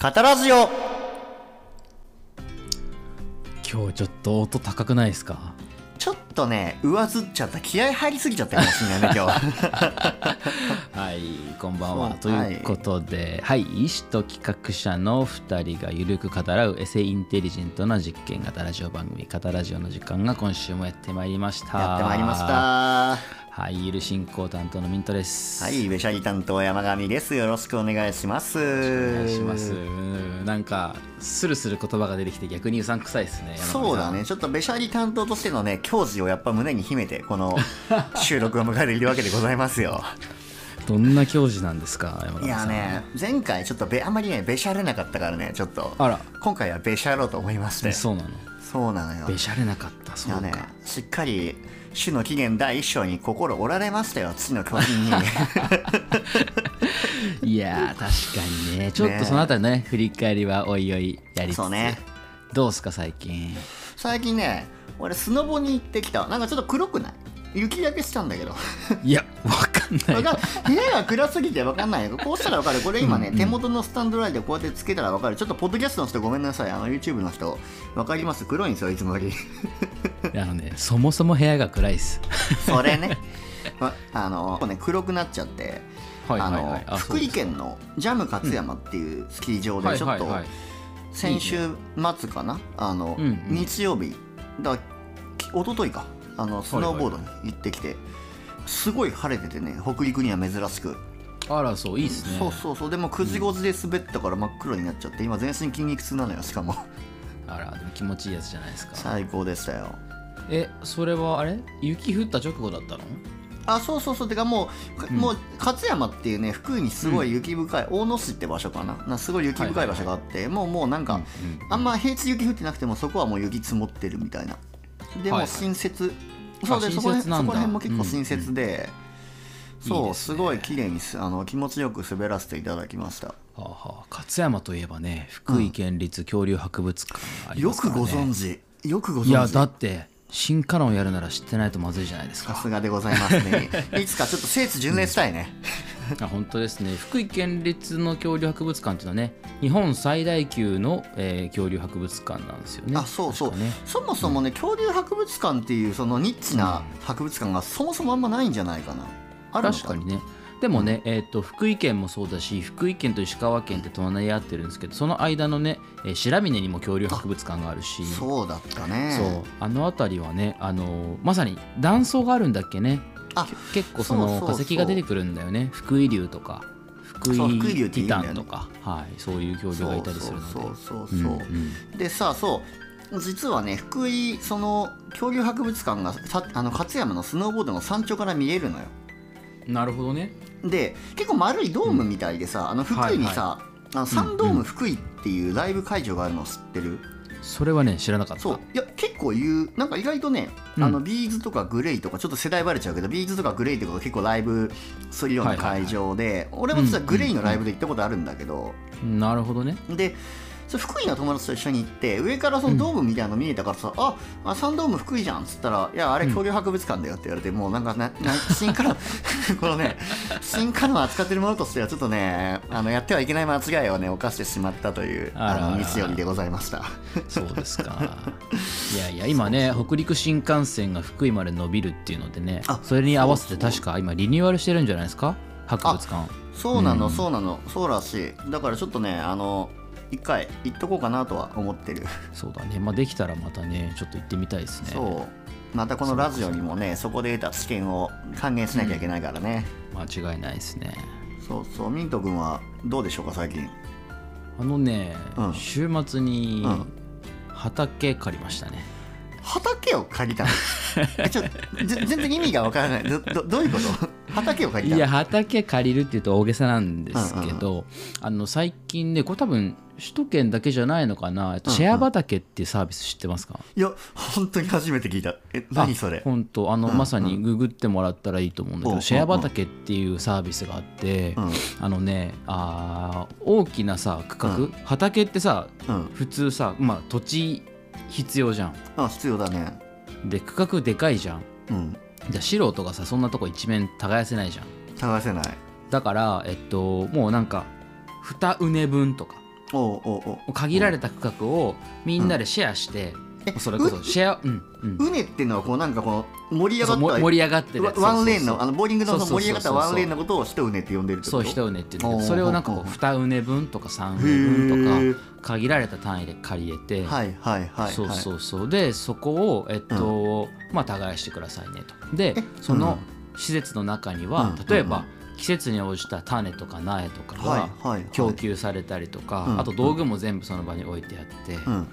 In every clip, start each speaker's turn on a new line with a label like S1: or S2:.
S1: 語らずよ
S2: 今日ちょっと音高くないですか
S1: ちょっとね上ずっちゃった気合入りすぎちゃったかもし れないね今日
S2: はいこんばん
S1: そ
S2: は
S1: う
S2: ということではい、医師と企画者の2人がゆるく語らうエセインテリジェントな実験型ラジオ番組「型ラジオ」の時間が今週もやってまいりました
S1: やってまいりました
S2: はいゆる進行担当のミントです
S1: はいウェシャリ担当山上ですよろしくお願いします
S2: お願いしますうんなんかスルスル言葉が出てきて逆にうさんくさいですね山上さん
S1: そうだねちょっとベシャリ担当としてのね矜持をやっぱ胸に秘めてこ の収録を迎えているわけでございますよ
S2: どんな教授なんですか山
S1: い
S2: 上
S1: や
S2: さん
S1: ね前回ちょっとべあんまりねベシャれなかったからねちょっと
S2: あら
S1: 今回はベシャろうと思いまして
S2: そうなの
S1: そうなのよ
S2: べしゃれなかったそ
S1: いうや
S2: か、
S1: ね、しっかり主の起源第一章に心折られましたよ、父の巨人に。
S2: いやー確かにねちょっとそのあたりね振り返りはおいおいやりつつ
S1: そうね
S2: どうすか最近
S1: 最近ね、俺、スノボに行ってきた。なんかちょっと黒くない雪焼けしたんだけど。
S2: いやわかんない
S1: わかん部屋が暗すぎてわかんないよ。こうしたらわかる。これ今ね、
S2: うんうん
S1: 手元のスタンドライトこうやってつけたらわかる。ちょっとポッドキャストの人ごめんなさい。あの YouTube の人、わかります黒いんですよ、いつもよ り。
S2: あのねそもそも部屋が暗いっす
S1: それね。まあの、こうね、黒くなっちゃって。
S2: はいはいはい
S1: あの
S2: あそ
S1: 福
S2: うで
S1: 井
S2: す
S1: 県のジャム勝山っていうスキー場
S2: は
S1: で
S2: い
S1: ちょ
S2: は
S1: っ
S2: い
S1: と
S2: はい
S1: 先週末かな、あの、
S2: うんうん
S1: 日曜日だき一昨日かあのスノーボードに行ってきて、すごい晴れててね北陸には珍しく、
S2: あらそういいっすね
S1: そうそうそうでも9時5時で滑ったから真っ黒になっちゃって今全身筋肉痛なのよしかも
S2: あらでも気持ちいいやつじゃないですか
S1: 最高でしたよ
S2: えそれはあれ雪降った直後だったの
S1: あそうそうそうてかもう、
S2: うん
S1: もう勝山っていうね福井にすごい雪深い、大野市って場所かななすごい雪深い場所があって、もうもうなんか、あんま平地雪降ってなくてもそこはもう雪積もってるみたいなで
S2: はいは
S1: も
S2: い
S1: 新雪、
S2: あ
S1: そうで
S2: 新
S1: そこら辺
S2: 雪なんだ
S1: そこら辺も結構新雪で、
S2: うんうん
S1: そう
S2: いいです
S1: す
S2: ね
S1: ごい綺麗にすあの気持ちよく滑らせていただきました
S2: はあはあ勝山といえばね福井県立恐竜博物館があり
S1: よ
S2: ますか
S1: く
S2: ら、ね
S1: ご存知よくご存知
S2: いやだって進化論やるなら知ってないとまずいじゃないです
S1: さ
S2: か
S1: すがでございますね いつかちょっと聖地巡礼したいね、
S2: あ本当ですね福井県立の恐竜博物館っていうのはね日本最大級の、えー恐竜博物館なんですよね
S1: あそうそう、
S2: 確かね
S1: そもそもね恐竜博物館っていうそのニッチな博物館がそもそもあんまないんじゃないかなあるの
S2: 確かにねでもね、えー、と福井県もそうだし福井県と石川県って隣り合ってるんですけどその間のね、えー白峰にも恐竜博物館があるし
S1: そうだったね
S2: そうあの辺りはね、あのーまさに断層があるんだっけね
S1: あ
S2: け結構その
S1: そうそうそう
S2: 化石が出てくるんだよね福井竜とか福井
S1: そう福井竜って
S2: テ
S1: 言う
S2: ィ
S1: んだ
S2: タ
S1: よね
S2: ンとか、はい、そういう恐竜がいたりするので
S1: そうそうそう
S2: う
S1: そ
S2: ん
S1: う、
S2: うん
S1: でさそう実はね福井その恐竜博物館がさあの勝山のスノーボードの山頂から見えるのよ
S2: なるほどね
S1: で結構丸いドームみたいでさ、あの福井にさ、あのサンドー
S2: うんう
S1: ム
S2: ん
S1: 福井っていうライブ会場があるの知ってる、
S2: それはね知らなかった
S1: そういや結構言うなんか意外とね、
S2: うん
S1: あのビーズとかグレイとかちょっと世代バレちゃうけどビーズとかグレイとかが結構ライブするような会場で、俺も実はグレイのライブで行ったことあるんだけど、
S2: なる ほどね
S1: でそれ福井の友達と一緒に行って上からそのドームみたいなの見えたからさ、ああサンドーム福井じゃんっつったら「いやあれ恐竜博物館だよ」って言われて、もうなんかなな進化論 このね進化論扱ってるものとしてはちょっとねあのやってはいけない間違いをね犯してしまったという
S2: あらあら
S1: あの道よりでございました
S2: そうですかいやいや今ね北陸新幹線が福井まで伸びるっていうのでね
S1: あ
S2: それに合わせて
S1: そうそう
S2: 確か今リニューアルしてるんじゃないですか博物館
S1: そうなの、
S2: うん
S1: そうなのそうらしいだからちょっとねあの一回行っとこうかなとは思ってる、
S2: そう だね、まあ、できたらまたねちょっと行ってみたいですね
S1: そうまたこのラジオにもねそこで得た知見を還元しなきゃいけないからね、
S2: 間違いないですね
S1: そうそうミント君はどうでしょうか最近
S2: あのね、
S1: うん
S2: 週末に
S1: うん
S2: 畑借りましたね、
S1: 畑を借り たのえちょぜ全然意味がわからないどどどういうこと畑を借りた
S2: い
S1: の
S2: や畑借りるっていうと大げさなんですけど、あの最近ねこれ多分首都圏だけじゃないのかな、えっと
S1: うんうん
S2: シェア畑っていうサービス知ってますか
S1: いや本当に初めて聞いたえ何それ
S2: 本当あ
S1: う
S2: の、
S1: んうん
S2: まさにググってもらったらいいと思うんだけど、
S1: うんうん
S2: シェア畑っていうサービスがあって、
S1: うん
S2: あのねあー大きなさ区画、
S1: う
S2: 畑ってさ
S1: うん
S2: 普通さまあ土地必要じゃん
S1: あ必要だね
S2: で区画でかいじゃん
S1: うん
S2: じゃあ素人がさそんなとこ一面耕せないじゃん
S1: 探せない
S2: だからえっともうなんか二畝分とか
S1: おうおうおう
S2: 限られた区画をみんなでシェアして、
S1: え
S2: それこそシェアうんうん
S1: うねっていうのはこうなんかこう盛り上が
S2: そう
S1: っ
S2: も盛
S1: た
S2: り上がってるやつ
S1: ワワンレーン
S2: そうそうそう
S1: のあのボーリングのそ
S2: そう
S1: の
S2: そうそう
S1: 盛り上がったワンレーンのことを一うねって呼んでるって
S2: そ
S1: こ
S2: う
S1: と
S2: 一うねって言う
S1: お
S2: んだけ
S1: ー
S2: どそれをなんか
S1: ほ
S2: こ
S1: う
S2: う
S1: ほう
S2: 二うね分とか三うね分
S1: へ
S2: と
S1: ー
S2: か限られた単位で借りれて、
S1: はいはいはいはい
S2: そうそうそうでそこをえっと、まあ耕してくださいねとで
S1: え
S2: その施設の中には、
S1: うん
S2: 例えば、季節に応じた種とか苗とか
S1: はい
S2: が
S1: はいはい
S2: 供給されたりとか、
S1: うん
S2: あと道具も全部その場に置いてあって、
S1: うんうん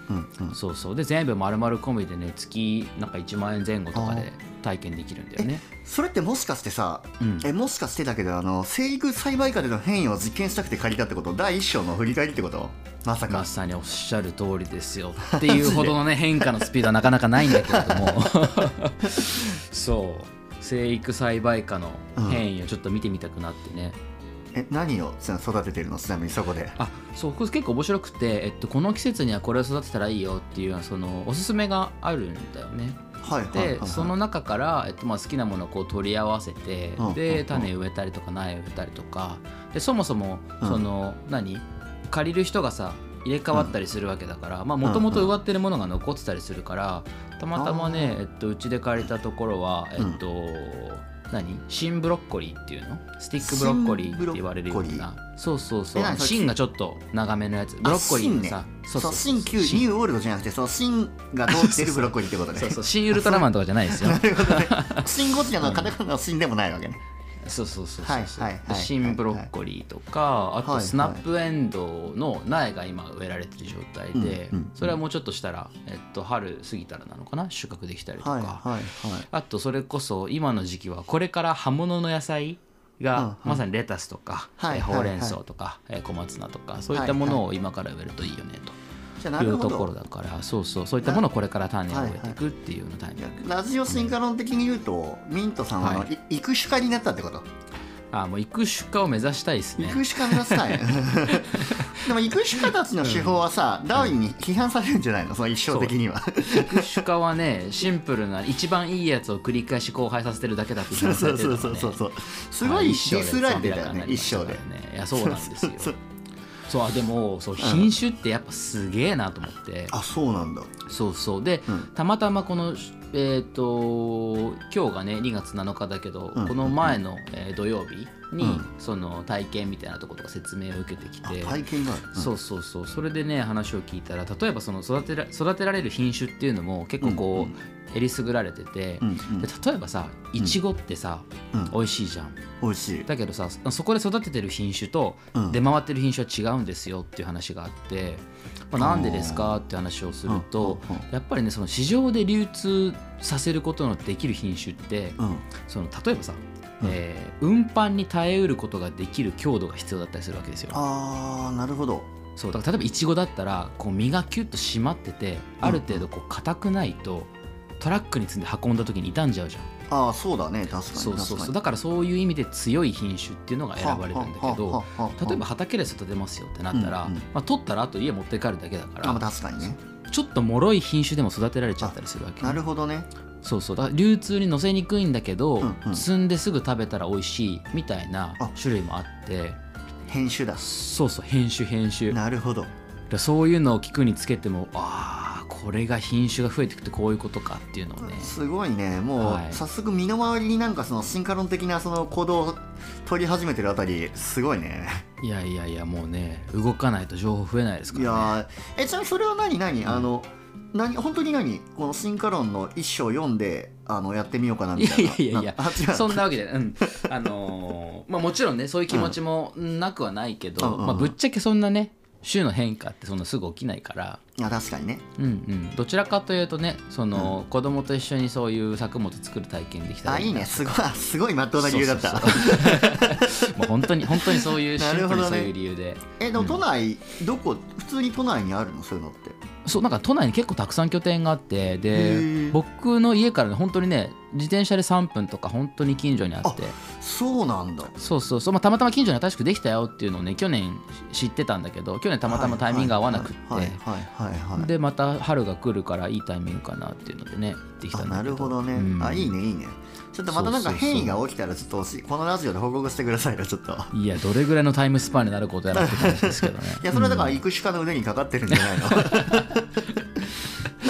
S1: うん
S2: そうそうで全部丸々込みでね月なんか1万円前後とかで体験できるんだよね。
S1: それってもしかしてさ
S2: うん
S1: えもしかしてだけどあの生育栽培下での変異を実験したくて借りたってこと第一章の振り返りってことまさか
S2: まさにおっしゃる通りですよっていうほどのね変化のスピードはなかなかないんだけれどもそう生育栽培下の変異をちょっと見てみたくなってね、
S1: え何をその育ててるのちなみにそこで
S2: あそうこれ結構面白くて、えっと、この季節にはこれを育てたらいいよっていうそのおすすめがあるんだよね
S1: はいはいはい
S2: で
S1: はい
S2: その中から、えっとまあ、好きなものをこう取り合わせて
S1: うんうんう
S2: で
S1: ん
S2: 種植えたりとか苗植えたりとかでそもそも
S1: うん
S2: その、何借りる人がさ入れ替わったりするわけだからもともと植わってるものが残ってたりするからたまたまねえっとうちで借りたところはえっと、何新ブロッコリーっていうのスティックブロッコリーって言われるよう
S1: 新ブロッ
S2: なそうそうそう
S1: え何それ
S2: 芯がちょっと長めのやつブロッコリーのさ、
S1: そうそう
S2: そう
S1: 新旧ニューオールドじゃなくてその新が通ってるブロッコリーってことね
S2: そうそう新ウルトラマンとかじゃないですよ
S1: なるほどね 新ゴジラのカタカナの新でもないわけね
S2: そうそうそうそうそう、
S1: はいはいはいはい
S2: 新ブロッコリーとか、あ
S1: はい
S2: とスナップエンドウの苗が今植えられてる状態で、
S1: うんうん
S2: それはもうちょっとしたら、えっと、春過ぎたらなのかな収穫できたりとか、
S1: はいはいはい
S2: あとそれこそ今の時期はこれから葉物の野菜が、
S1: うんうん
S2: まさにレタスとか、
S1: はい
S2: えー
S1: はい
S2: ほ
S1: は
S2: う
S1: い
S2: れん草とか、えー小松菜とかそういったものを今から植えるといいよね
S1: じゃあな
S2: とい
S1: る
S2: う
S1: ほ
S2: ところ
S1: ど
S2: だから、そうそうそういったものをこれから種を植えていくっていうようなタイミング、
S1: ラジオ進化論的に言うとミントさんはあの
S2: はい
S1: 育種家になったってこと
S2: あーもう育種化を目指したいですね
S1: 育種家目指した いでも育種家たちの手法はさダーウィンに批判されるんじゃないのその一生的には
S2: 握手家はねシンプルな一番いいやつを繰り返し交配させてるだけだって言
S1: そう
S2: って
S1: そ
S2: た
S1: う
S2: ね
S1: そうそうそうそうすご
S2: はい
S1: ディ
S2: 一生で
S1: スられてた
S2: つま
S1: よ
S2: みだ
S1: ね
S2: から
S1: 一生で
S2: なりましたからねいやそうなんですよ
S1: そう
S2: そうあでもそう品種ってやっぱすげえなと思って、
S1: あそうなんだ
S2: そうそうで、
S1: うん
S2: たまたまこのえっ、と今日がね2月7日だけど、
S1: うん
S2: この前の、えー土曜日に、
S1: うん
S2: その体験みたいなとことか説明を受けてき
S1: あ
S2: て
S1: 体験があるうん
S2: そうそうそうそれでね話を聞いたら例えばその育てら育てられる品種っていうのも結構こう、
S1: うん
S2: えりすぐられてて、
S1: うん
S2: で例えばさいちごってさ、
S1: うんうん
S2: 美味しいじゃん
S1: 美味しい
S2: だけどさそそこで育ててる品種と
S1: うん
S2: 出回ってる品種は違うんですよっていう話があって、まあ、なんでですかって話をすると
S1: うんうん
S2: やっぱりねその市場で流通させることのできる品種って
S1: うんうん
S2: その例えばさ、
S1: うん
S2: えー運搬に耐えうることができる強度が必要だったりするわけですよ。
S1: あーなるほど
S2: そうだから例えばイチゴだったらこう実がキュッと締まっててある程度こう硬くないとトラックに積んで運んだ時に傷んじゃうじゃん。
S1: ああそうだね確かに確かに
S2: そうそうそうだからそういう意味で強い品種っていうのが選ばれるんだけど例えば畑で育てますよってなったら、
S1: うんうん
S2: まあ、取ったらあと家持って帰るだけだか
S1: あまあ
S2: ら
S1: 確かにね
S2: ちょっと脆い品種でも育てられちゃったりするわけ、
S1: なるほどね
S2: そうそうだから流通に乗せにくいんだけど、
S1: うんうん
S2: 摘んですぐ食べたら美味しいみたいな
S1: あ
S2: 種類もあって
S1: 編集だ
S2: そうそう編種編種
S1: なるほど
S2: でそういうのを聞くにつけてもあーこれが品種が増えてくってこういうことかっていうのをね
S1: すごいねも
S2: はいう
S1: 早速身の回りになんかその進化論的なその行動を取り始めてるあたりすごいね
S2: いやいやいやもうね動かないと情報増えないですか
S1: い
S2: ら、ね、
S1: やーえちなみにそれは何何あの何本当に何この進化論の一章読んであのやってみようかなみたいない
S2: やいやいや
S1: あ違う
S2: そんなわけで、うん、あのーまあもちろんねそういう気持ちもなくはないけど、
S1: うんうんうん
S2: まあ、ぶっちゃけそんなね週の変化ってそんなすぐ起きないから、
S1: いや確かにね
S2: うんうん、どちらかというとねその、子供と一緒にそういう作物作る体験できた
S1: あ
S2: ら
S1: いいね
S2: な
S1: すごいあすごいまっとうな理由だった
S2: そうそうそう もう本当に本当にそういうシンプルに
S1: なるほど
S2: そ
S1: ね
S2: ういう理由で、
S1: えでも都内、どこ普通に都内にあるのそういうのって
S2: そうなんか都内に結構たくさん拠点があってで
S1: ー
S2: 僕の家からね本当にね自転車で3分とか本当に近所にあって。
S1: そうなんだ
S2: そうそうそう、まあ、たまたま近所に新しくできたよっていうのをね去年知ってたんだけど去年たまたまタイミングが合わなくって、
S1: はいはいはいはいはい
S2: でまた春が来るからいいタイミングかなっていうのでね行ってきた
S1: あ
S2: んだ
S1: な
S2: けど
S1: るほどね、
S2: うん
S1: あいいねいいねちょっとまたなんか
S2: そうそうそう
S1: 変異が起きたらちょっとこのラジオで報告してくださいよちょっと
S2: いやどれぐらいのタイムスパンになることやらって感じですけどね
S1: いやそれはだから
S2: うん
S1: 育種家の腕にかかってるんじゃない のだ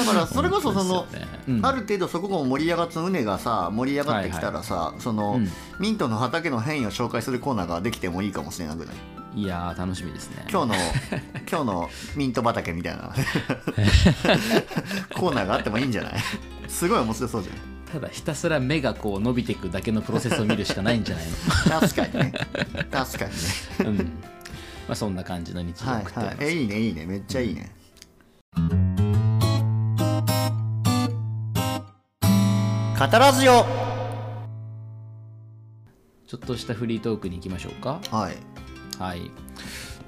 S1: からそれこそその
S2: 本当ですよねうん
S1: ある程度そこも盛り上がった畝がさ盛り上がってきたらさ、その、
S2: うん
S1: ミントの畑の変異を紹介するコーナーができてもいいかもしれなくない
S2: いやー楽しみですね
S1: 今日の今日のミント畑みたいなコーナーがあってもいいんじゃないすごい面白そうじゃ
S2: ただひたすら目がこう伸びていくだけのプロセスを見るしかないんじゃない
S1: ん確かにね確かにね
S2: のうんまあそんな感じの日常を
S1: は
S2: 送ってお
S1: い
S2: り
S1: は
S2: ま
S1: い
S2: す、
S1: えいいねいいねめっちゃいいね、カタラジオ
S2: ちょっとしたフリートークに行きましょうか
S1: はい
S2: はい。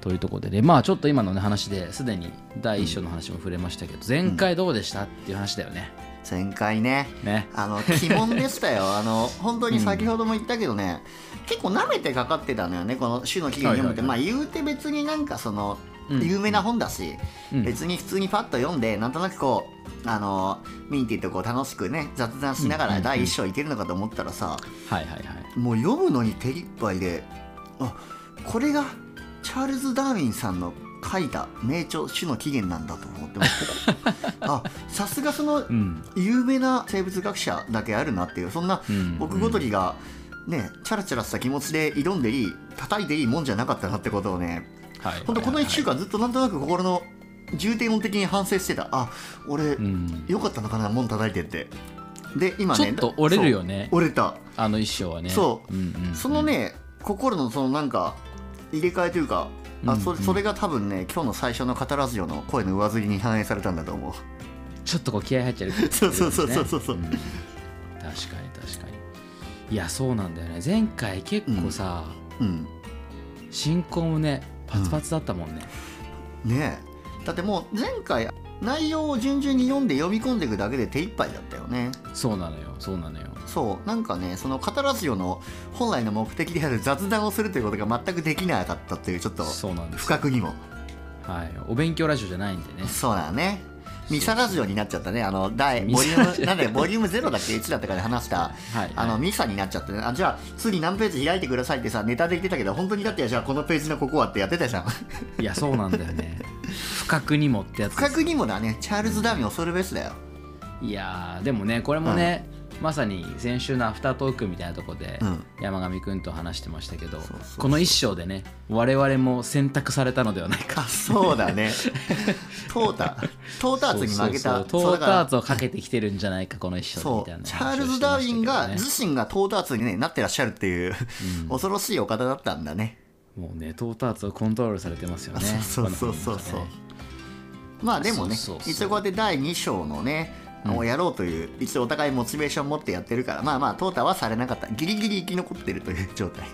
S2: というところでね、まあちょっと今の、ね、話ですでに第一章の話も触れましたけど、前回どうでしたっていう話だよね。
S1: 前回ね
S2: ね。
S1: あ の鬼門でしたよあの本当に先ほども言ったけどね、結構舐めてかかってたのよねこの「週の期限読む」って、
S2: はい
S1: まあ言うて別になんかその
S2: うん
S1: 有名な本だし、
S2: うん
S1: 別に普通にパッと読んでなんとなくこうあのミンティとこう楽しくね雑談しなが
S2: うん
S1: ら
S2: うんうん
S1: 第一章いけるのかと思ったらさ、
S2: はいはいはい。
S1: もう読むのに手一杯であこれがチャールズ・ダーウィンさんの書いた名著「種の起源」なんだと思ってもう あさすがその
S2: うん。
S1: 有名な生物学者だけあるなっていうそんな
S2: うん
S1: 僕ごときがねチャラチャラした気持ちで挑んでいい叩いていいもんじゃなかったなってことをね
S2: はい。
S1: 本当この1週間ずっとなんとなく心の重点音的に反省してたあ俺
S2: うん
S1: 良かったのかなもん叩いてってで今
S2: ち
S1: ね
S2: ょっと折れるよね
S1: そう、折れた
S2: あの一章はね。
S1: そう
S2: うんうんうん
S1: その、ね心のそのなんか入れ替えというかあそ
S2: うん
S1: れ
S2: うん
S1: それが多分ね今日の最初の語らずよの声の上ずりに反映されたんだと思う
S2: ちょっとこう気合入っちゃう、ね。
S1: そうそうそうそうそうそうん
S2: 確かに確かに。いや、そうなんだよね。前回結構さ、
S1: うん
S2: 進行もね、パツパツだったもんね。
S1: ねえだってもう前回内容を順々に読んで読み込んでいくだけで手一杯だったよね
S2: そうなのよ、そうなのよ。
S1: そうなんかねその語らずよの本来の目的である雑談をするということが全くできなかったっていうちょっと
S2: そうなんです
S1: 不
S2: よ。
S1: 覚にも
S2: はい。お勉強ラジオじゃないんでね。
S1: そうだねミサラジオになっちゃったねあの第
S2: ミ
S1: ボ
S2: サ
S1: リュームなんでボリューム0だっけいつだったかで話した
S2: はい、はい
S1: あのミサになっちゃってねあじゃあ次何ページ開いてくださいってさネタで言ってたけど本当にだってじゃあこのページのここはってやってたじゃん
S2: いやそうなんだよね不覚にもってやつ
S1: 不覚にもだねチャールズ・ダーウィン恐るべしだよ
S2: いやーでもねこれもね、まさに先週のアフタートークみたいなとこで、
S1: うん
S2: 山上くんと話してましたけ
S1: そ
S2: ど
S1: うそう
S2: この一章でね我々も選択されたのではないか
S1: あそうだね トータトーターツに負け
S2: そ
S1: た
S2: うそうそうトーター
S1: ツ
S2: ツをかけてきてるんじゃないかこの一章
S1: そ
S2: みたいうな
S1: チャー
S2: 話
S1: ル
S2: をし
S1: ズ・
S2: て
S1: ダー
S2: ま
S1: ウ
S2: した
S1: ィ
S2: けどね
S1: ンが自身がトーターツに、ね、なってらっしゃるっていう、 恐ろしいお方だったんだね
S2: もうねトーターツをコントロールされてますよね
S1: そうそうそうそう
S2: この本
S1: まあでもね
S2: そうそうそう
S1: 一応こうやって第2章のね
S2: うん
S1: をやろうという、一応お互いモチベーション持ってやってるからまあまあトータはされなかったギリギリ生き残ってるという状態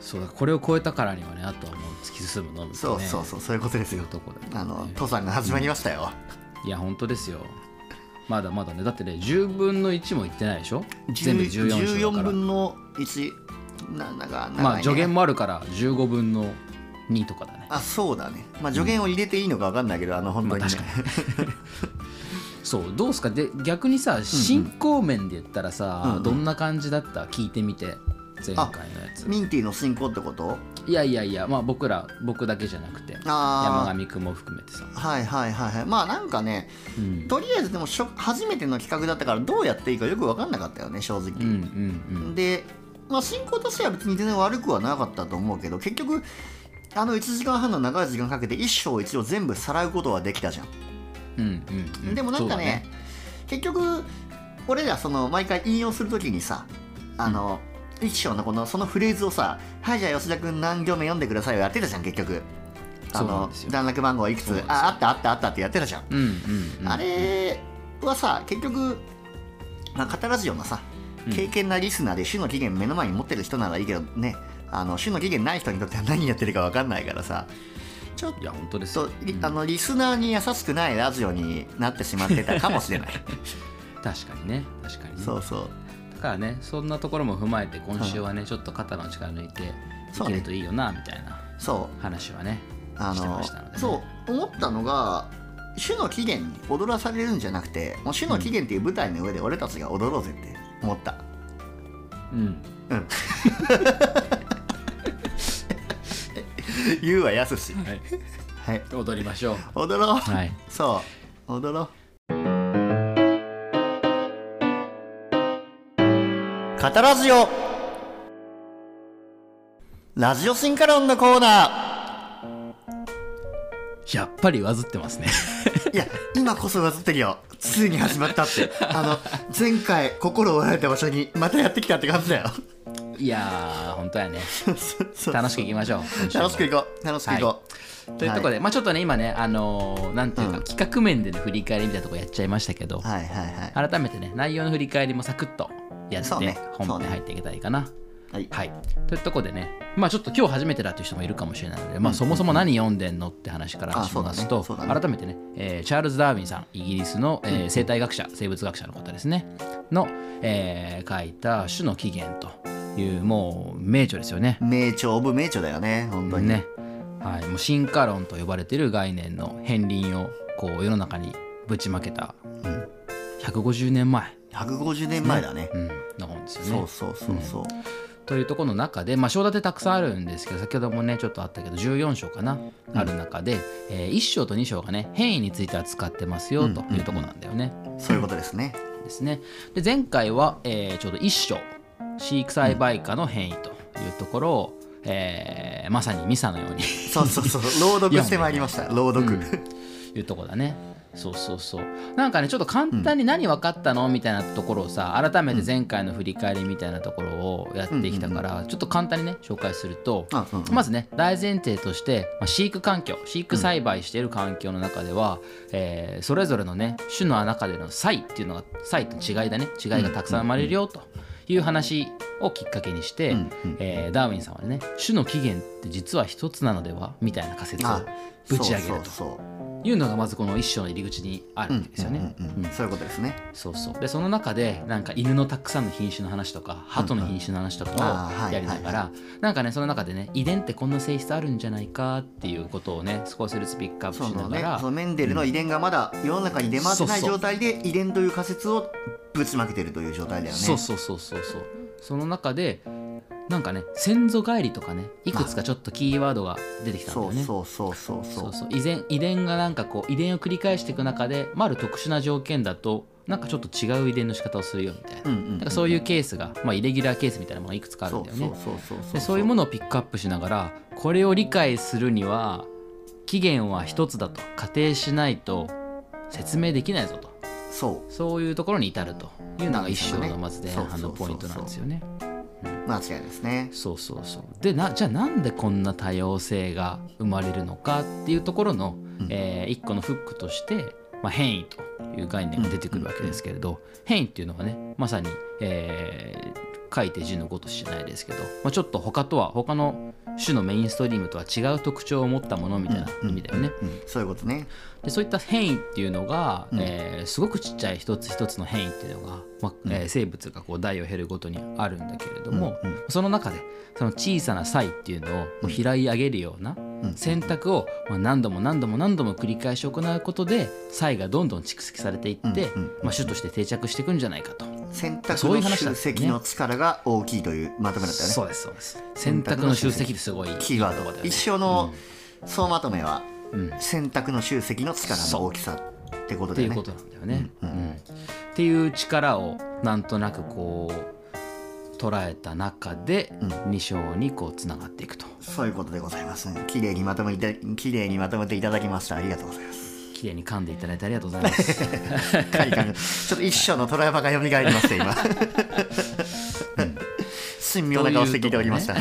S2: そうだこれを超えたからにはねあとはもう突き進むのみ、ね、
S1: そうそうそうそういうことです
S2: とい
S1: よ
S2: うところで、
S1: あの登山が始まりましたよ、
S2: いや本当ですよまだまだねだってね10分の1もいってないでしょ
S1: 10
S2: 全部14章だから
S1: 分の1ななんか長いね
S2: まあ助言もあるから15分の2とかだね
S1: あそうだね、まあ、助言を入れていいのか分かんないけど、あの本当に,、ね
S2: まあ確そうどうすかで逆にさ進行面で言ったらさ、
S1: うんうん
S2: どんな感じだった聞いてみて前回のやつ
S1: ミンティの進行ってこと
S2: いやいやいやまあ僕ら僕だけじゃなくて
S1: あー
S2: 山上くんも含めてさ、
S1: はいはいはいはいまあなんかね
S2: うん、
S1: とりあえずでもしょ初めての企画だったからどうやっていいかよく分かんなかったよね正直、
S2: うんうん
S1: で、まあ、進行としては別に全然悪くはなかったと思うけど結局あの1時間半の長い時間かけて一章一応全部さらうことはできたじゃん
S2: うんうんうんうん
S1: でもなんかね結局俺らその毎回引用するときにさあの、一章のこのそのフレーズをさ「はいじゃあ吉田君何行目読んでください」をやってたじゃん結局あ
S2: そうなん
S1: の
S2: ですよ
S1: 段落番号いく
S2: そう
S1: つ
S2: なんですよ
S1: ああったあったあったってやってたじゃん、
S2: そうだねうんうんうん
S1: あれはさ結局、まあ、カタラジオのさ
S2: うん
S1: 敬虔なリスナーで種の起源目の前に持ってる人ならいいけどねあの種の起源ない人にとっては何やってるか分かんないからさちょっ
S2: いや本当ですよ
S1: とりあのリスナーに優しくないラジオになってしまってたかもしれない
S2: 確かにね確かにね
S1: そうそう
S2: だからねそんなところも踏まえて今週はね、ちょっと肩の力抜いてい
S1: そう
S2: け
S1: ね
S2: るといいよなみたいな
S1: そう
S2: 話はね
S1: あ
S2: して
S1: の
S2: ましたのでね
S1: そう思ったのが種の起源に踊らされるんじゃなくてもう種の起源っていう舞台の上で俺たちが踊ろうぜって思った、
S2: うん
S1: 言うはやすし
S2: はい
S1: はい
S2: 踊りましょう
S1: 踊ろう、
S2: はい
S1: そう踊ろう語らずよラジオシンカロンのコーナ
S2: やっぱりわずっ てますね
S1: ーいや今こそバズってるよついに始まったってあの前回心折られた場所にまたやってきたって感じだよ
S2: いやー本当やね
S1: そうそう
S2: 楽しくいきましょう今週も
S1: 楽しくいこう楽しくいこう、
S2: というところで、まあちょっとね今ねあのーなんていうか、
S1: うん
S2: 企画面での振り返りみたいなとこやっちゃいましたけど、
S1: はいはいはいはい
S2: 改めてね内容の振り返りもサクッとやって、
S1: そうね
S2: 本
S1: そう
S2: 編
S1: ね
S2: 入っていけたらいいかな、
S1: はい
S2: はいというところでねまあちょっと今日初めてだという人もいるかもしれないので、ま
S1: う
S2: あ、
S1: ん
S2: そもそも何読んでんのって話から
S1: あ
S2: しますと、
S1: そうだねそうだね
S2: 改めてね、えーチャールズ・ダーウィンさんイギリスの、えー生態学者生物学者の方ですねの、えー書いた「種の起源」というもう名著ですよね。
S1: 名著オブ名著だよね本当に
S2: ねはい、もう進化論と呼ばれている概念の片鱗をこう世の中にぶちまけた、150年前、
S1: 150年前だね
S2: うん、の本ですよね。
S1: そうそうそうそう、
S2: というところの中で、まあ、章立てたくさんあるんですけど先ほどもねちょっとあったけど14章かな、ある中で、え1章と2章がね変異について扱ってますよというところなんだよね。
S1: そういうことですね
S2: ですね。で前回は、えーちょうど1章飼育栽培下の変異というところを、えーまさにミサのように
S1: そうそうそう朗読してまいりました朗読、
S2: いうとこだね。そうそうそうなんかねちょっと簡単に何分かったの、みたいなところをさ改めて前回の振り返りみたいなところをやってきたから、ちょっと簡単にね紹介すると、
S1: あ うんうん
S2: まずね大前提として、まあ、飼育環境飼育栽培している環境の中では、えーそれぞれのね種の中での差異っていうのが差異と違いだね違いがたくさん生まれるよという話をきっかけにして、
S1: うんうん
S2: えーダーウィンさんはね種の起源って実は一つなのではみたいな仮説を
S1: あ
S2: ぶち上げると。
S1: そうそう
S2: いうのがまずこの一章の入り口にある
S1: そう
S2: わけですよね。
S1: うんうんうん
S2: うん
S1: そういうことですね
S2: そうそうでその中でなんか犬のたくさんの品種の話とか鳩の品種の話とか
S1: あーは
S2: を
S1: い
S2: やりなが
S1: は
S2: らなんかねその中でね遺伝ってこんな性質あるんじゃないかっていうことをね少しずつピックアップ
S1: そ
S2: しな
S1: の
S2: が
S1: ね
S2: ら
S1: そのメンデルの遺伝がまだ世の中に出回ってない
S2: そうそう
S1: 状態で遺伝という仮説をぶちまけてるという状態だよね
S2: そうそうそうそうそうその中でなんかね先祖返りとかねいくつかちょっとキーワードが出てきたんだ
S1: そ
S2: よ
S1: う
S2: ね。
S1: そうそうそうそ
S2: そううそう遺伝遺伝がなんかこう遺伝を繰り返していく中で、まあ、ある特殊な条件だとなんかちょっと違う遺伝の仕方をするよみたいな,、
S1: うんうんうん
S2: なんかそういうケースが、まあ、イレギュラーケースみたいなものがいくつかあるんだよね
S1: そうそうそうそう
S2: でそういうものをピックアップしながらこれを理解するには起源は一つだと仮定しないと説明できないぞと
S1: そう
S2: そういうところに至るというのが一章
S1: なんですよね
S2: のまず前半のポイントなんですよね。
S1: 間違いですね
S2: そうそうそうでなじゃあなんでこんな多様性が生まれるのかっていうところの、
S1: うん
S2: えー一個のフックとして、まあ、変異という概念が出てくるわけですけれど、変異っていうのはねまさに、えー書いて字のごとしじゃないですけど、まあ、ちょっと他とは他の種のメインストリームとは違う特徴を持ったものみたいな意味だよね。
S1: うんそういうことね
S2: でそういった変異っていうのが、
S1: うん
S2: えーすごくちっちゃい一つ一つの変異っていうのが、まあえー生物がこう代を経るごとにあるんだけれども、
S1: うんうん
S2: その中でその小さな差異っていうのをもう拾い上げるような選択をまあ何度も何度も何度も繰り返し行うことで差異がどんどん蓄積されていって、
S1: うんうん
S2: まあ、種として定着していくんじゃないかと。
S1: 選択
S2: そう
S1: の
S2: いう話なん
S1: 集
S2: ですね
S1: 積の力が大きいというまとめだったよね
S2: そうですそうです選択の集積ってすごい
S1: キーワー
S2: いいとこだ
S1: ド
S2: よね
S1: 一生の総まとめは
S2: うん
S1: 選択の集積の力の大きさってことだ
S2: ってい
S1: よ
S2: う
S1: ね
S2: ことなんだよね。
S1: うんうん
S2: うんっていう力をなんとなくこう捉えた中で
S1: うん
S2: 2章にこうつながっていくと
S1: そういうことでございますね綺麗にまとめて綺麗にまとめていただきましたありがとうございます
S2: 綺麗に噛んでいただいてありがとうございます
S1: カリカ リちょっと一生のトラウマが蘇りました今神妙な顔して聞いておりました
S2: い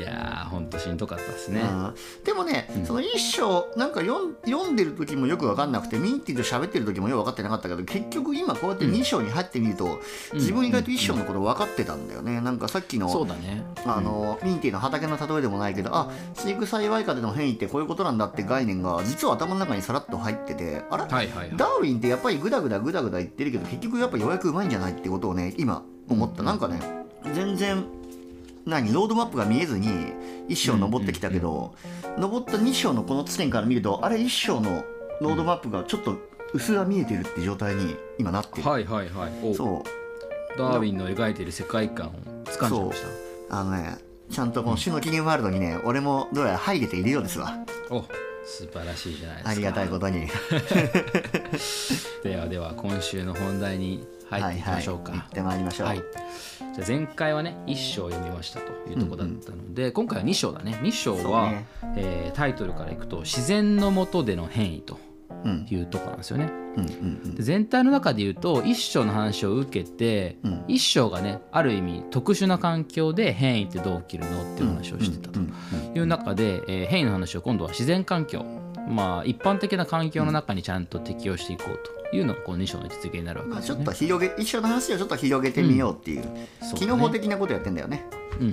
S2: やーほんとしんどかったですね。
S1: うんでもね、その一章なんか読ん読んでる時もよく分かんなくてミンティと喋ってる時もよく分かってなかったけど結局今こうやって2章に入ってみると、自分意外と一章のこと分かってたんだよね、なんかさっきの
S2: そうだね。
S1: あのミンティの畑の例えでもないけどあ飼育栽培下での変異ってこういうことなんだって概念が実は頭の中にさらっと入っててあれ、
S2: はいはいはい
S1: ダーウィンってやっぱりグダグダグダグダ言ってるけど結局やっぱ予約うまいんじゃないってことをね今思った、なんかね全然何ロードマップが見えずに1章登ってきたけど、登った2章のこの地点から見るとあれ1章のロードマップがちょっと薄ら見えてるって状態に今なってる、
S2: はいはいはい。お
S1: そう
S2: ダーウィンの描いている世界観を掴んじゃいまし
S1: あのねちゃんとこの「死の起源ワールド」にね俺もどうやら入れているようですわ
S2: たお素晴らしいじゃないですか
S1: ありがたいことに
S2: ではでは今週の本題に入っていきましょうか、
S1: はいはい、行ってまいりましょう、
S2: はい、じゃあ前回はね1章読みましたというところだったので、今回は2章だね2章は、えータイトルからいくと「自然の下での変異」と
S1: うん
S2: いうところなんですよね。
S1: うんうん
S2: で全体の中で言うと1章の話を受けて、
S1: うん
S2: 一章がねある意味特殊な環境で変異ってどう起きるのって
S1: う
S2: い
S1: ん
S2: う話をしてたと
S1: うん
S2: いう中で、えー変異の話を今度は自然環境まあ一般的な環境の中にちゃんと適応していこうというのがこの2章の実現になるわ
S1: うん
S2: け
S1: まあ
S2: です
S1: ちょ
S2: よ
S1: っ
S2: ね。
S1: と広げ一緒の話をちょっと広げてみようっていう、
S2: そうだね
S1: 機能法的なことやってんだよね
S2: うんう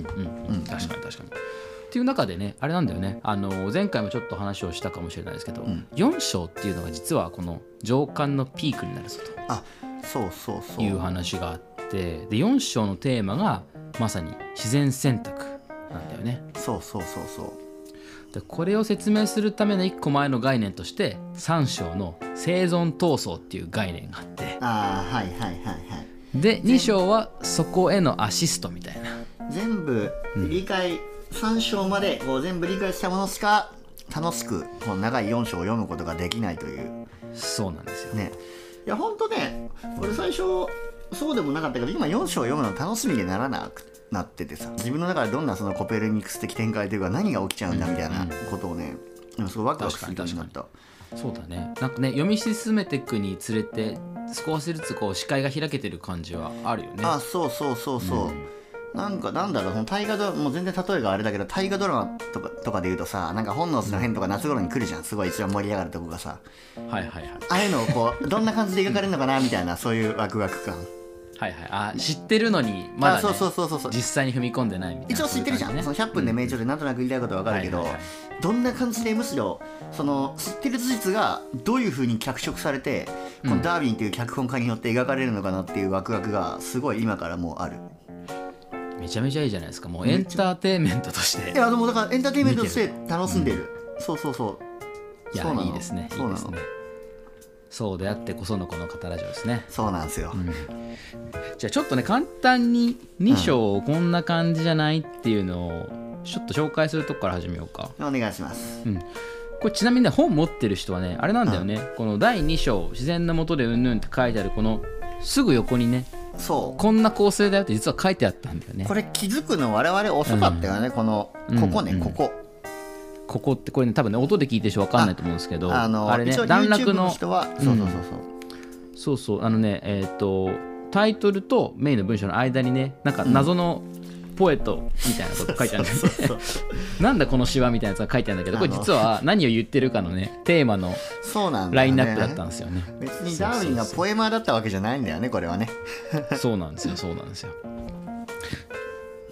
S2: んうん、確かに確かに。っていう中でねあれなんだよねあの前回もちょっと話をしたかもしれないですけど、
S1: ん
S2: 4章っていうのが実はこの上巻のピークになるぞ
S1: あそうそう
S2: と
S1: そう
S2: いう話があってで4章のテーマがまさに自然選択なんだよね。
S1: そうそうそうそう
S2: でこれを説明するための1個前の概念として3章の生存闘争っていう概念があって
S1: ああはいはいはいはい
S2: で2章はそこへのアシストみたいな。
S1: 全部理解、3章までこう全部理解したものしか楽しくこの長い4章を読むことができないという
S2: そうなんですよ
S1: ねいやほんとね俺最初そうでもなかったけど今4章を読むの楽しみにならなくなっててさ自分の中でどんなそのコペルニクス的展開というか何が起きちゃうんだみたいなことをね、でもすごいワクワクするようになった
S2: そうだねなんかね読み進めていくにつれて少しずつこう視界が開けてる感じはあるよね
S1: あそうそうそうそう、なんかなんだろうその大河ドラマもう全然例えがあれだけど大河ドラマとかとかで言うとさなんか本能寺の変とか夏頃に来るじゃんすごい一番盛り上がるとこがさ
S2: はいはいはい
S1: ああいうのをこうどんな感じで描かれるのかなみたいなそういうワクワク感、
S2: はいはいあ知ってるのにまだ、
S1: あ
S2: ね、
S1: そうそうそうそうそう
S2: 実際に踏み込んでないみたいな
S1: 一応知ってるじゃん、
S2: そういう
S1: そ
S2: 感
S1: の100分で名著でなんとなく言いたいことわかるけど、
S2: はいはいは
S1: どんな感じでむしろその知ってる事実がどういうふうに脚色されてこのダーウィンという脚本家によって描かれるのかなっていうワクワクがすごい今からもうある。
S2: じねめちゃめちゃいいじゃないですかもうエンターテインメントとして
S1: いやでもだからエンターテインメントとして楽しんでる、そうそうそう
S2: いや
S1: そうなの
S2: いいですねい
S1: そ
S2: いう
S1: な
S2: で
S1: の
S2: すねそうであってこそのこの方ラジオですね
S1: そうなんですよ、
S2: じゃあちょっとね簡単に2章こんな感じじゃないっていうのをちょっと紹介するとこから始めようか
S1: お願いします
S2: これちなみにね本持ってる人はねあれなんだよね、この第2章「自然の下でうんぬん」って書いてあるこのすぐ横にね
S1: そう
S2: こんな構成だよって実は書いてあったんだよね
S1: これ気づくの我々遅かったよね、この
S2: うん
S1: ここね、
S2: うん
S1: ここ
S2: ここってこれね多分ね音で聞いてる人分かんないと思うんですけど
S1: あ
S2: あ
S1: の
S2: れね
S1: 一応
S2: 段落
S1: YouTube
S2: の
S1: の人は、そうそうそうそう
S2: そうそうあのねえっ、とタイトルとメインの文章の間にねなんか謎のポエトみたいなこと書いてあるんだよね
S1: そうそう
S2: なんだこの詩はみたいなやつが書いてあるんだけどこれ実は何を言ってるかのねテーマの
S1: そうなんだ、ね、
S2: ラインナップだったんですよね
S1: 別にダーウィンがポエマーだったわけじゃないんだよねこれはね
S2: そうなんですよそうなんですよ。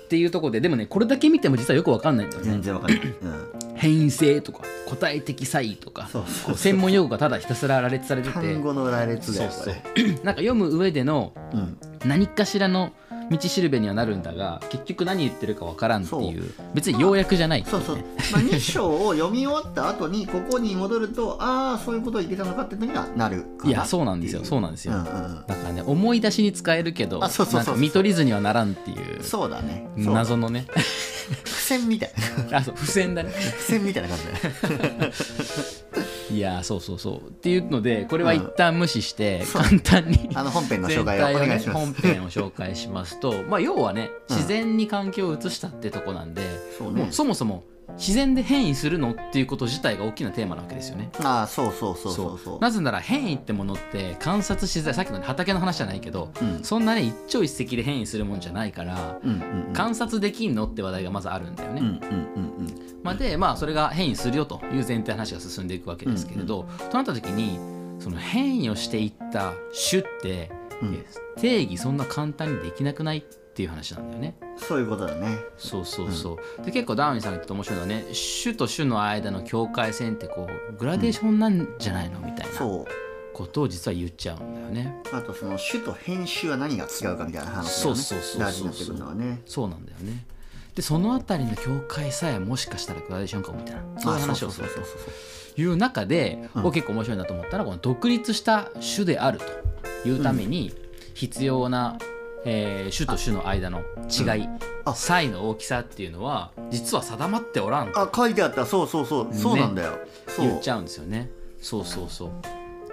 S2: っていうところででもねこれだけ見ても実はよくわかんないんだよね。
S1: 全然わかんない、うん、
S2: 変異性とか個体的差異とか
S1: そうそうそう
S2: こう専門用語がただひたすら羅列されてて
S1: 単語の羅列だ
S2: そう
S1: よこ
S2: そう
S1: れ
S2: なんか読む上での
S1: うん
S2: 何かしらの道しるべにはなるんだが結局何言ってるかわからんっていう別に要約じゃないってい
S1: そうそう、 まあ、2章を読み終わった後にここに戻るとああそういうことを言ってたのかって時にはなるか
S2: いやそうなんですよそううなんです
S1: う
S2: よ、
S1: んうん
S2: だからね思い出しに使えるけど
S1: あそうそうそうそう
S2: なんか見取り図にはならんっていう
S1: そうだね。そう
S2: 謎のね
S1: 付箋みたいな。
S2: あそう付箋だね
S1: 付箋みたいな感じだ ね。
S2: いやーそうそうそうっていうのでこれは
S1: うん
S2: 一旦無視して
S1: そう
S2: 簡単に
S1: あの本編の紹
S2: 全
S1: 介を
S2: 体
S1: お
S2: を
S1: 願
S2: ね
S1: いしま
S2: 本
S1: す。
S2: 編を紹介しますとまあ要はね
S1: うん
S2: 自然に環境を移したってとこなんで
S1: そう
S2: も
S1: ね
S2: う。そもそも自然で変異するのっていうこと自体が大きなテーマなわけですよね。
S1: ああ、そうそうそうそうそう。
S2: なぜなら変異ってものって観察しづらいさっきのね畑の話じゃないけど
S1: うん
S2: そんなね一朝一夕で変異するもんじゃないから
S1: うんうんうん。
S2: 観察できんのって話題がまずあるんだよね。
S1: うんうんうんうん。
S2: まあ、で、まあ、それが変異するよという前提の話が進んでいくわけですけれど、となった時にその変異をしていった種って、
S1: うん
S2: え定義そんな簡単にできなくないっていう話なんだよね。
S1: そういうことだね。
S2: そうそうそう、で結構ダーウィンさんが言ってた面白いのはね種と種の間の境界線ってこうグラデーションなんじゃないのみたいな
S1: そう。
S2: ことを実は言っちゃうんだよね。
S1: あとその種と編集は何が違うかみたいな話がね。
S2: そうそうそうそう
S1: 大事になってくるのはね。
S2: そうなんだよねでその辺りの境界さえもしかしたらグラデーションかもみたいなそういう話をす
S1: あ
S2: る
S1: そうそうそう
S2: いう中で、
S1: うん
S2: 僕結構面白いなと思ったのはこの独立した種であるというために必要なえー種と種の間の違い、
S1: あ
S2: 差異の大きさっていうのは実は定まっておらんと
S1: あ書いてあったそうそうそう、
S2: ね
S1: そうなんだよそう
S2: 言っちゃうんですよね。そうそうそう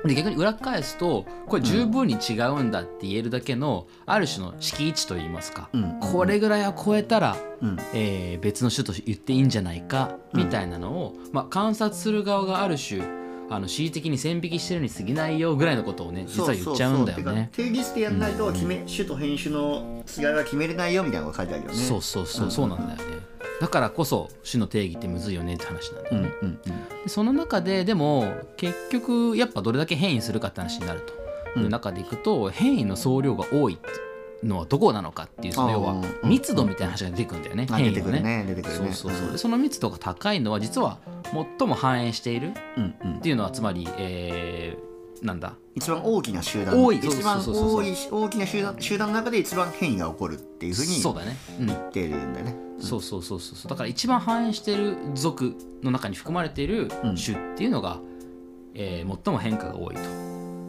S2: で逆に裏返すとこれ十分に違うんだって言えるだけの、ある種の敷位置といいますか、
S1: うん
S2: これぐらいは超えたら、
S1: うん
S2: えー別の種と言っていいんじゃないかみたいなのを、まあ、観察する側がある種あの恣意的に線引きしてるに過ぎないよぐらいのことをね実は言っちゃうんだよ
S1: そうそうそう
S2: ね
S1: て。か定義してやんないと決め、種と編集の違いは決めれないよみたいなのが書いてあるよね
S2: そうそうそう、
S1: うん
S2: そうなんだよね。だからこそ種の定義ってむずいよねって話なんだ
S1: う
S2: よ
S1: んう
S2: ね。
S1: ん
S2: でその中ででも結局やっぱどれだけ変異するかって話になると
S1: うん
S2: いう中でいくと、変異の総量が多いのはどこなのかっていうその要
S1: あ
S2: は
S1: ーうん
S2: 密度みたいな話が出てくるんだよね、
S1: うんあ出
S2: 変異
S1: て
S2: の
S1: くるね出てくる
S2: そう
S1: ね
S2: そうそうでその密度が高いのは実は最も反映しているっ
S1: うんうんうん
S2: ていうのはつまり、えーなんだ
S1: 一番大きな集団
S2: 多い
S1: 一番
S2: そうそうそうそう
S1: 多い大きな集団集団の中で一番変異が起こるっていうふうに
S2: そうだね、うん
S1: 言ってるんだよね
S2: そうそうそうそうそうだから一番反映している族の中に含まれている
S1: うん
S2: 種っていうのが、えー最も変化が多いと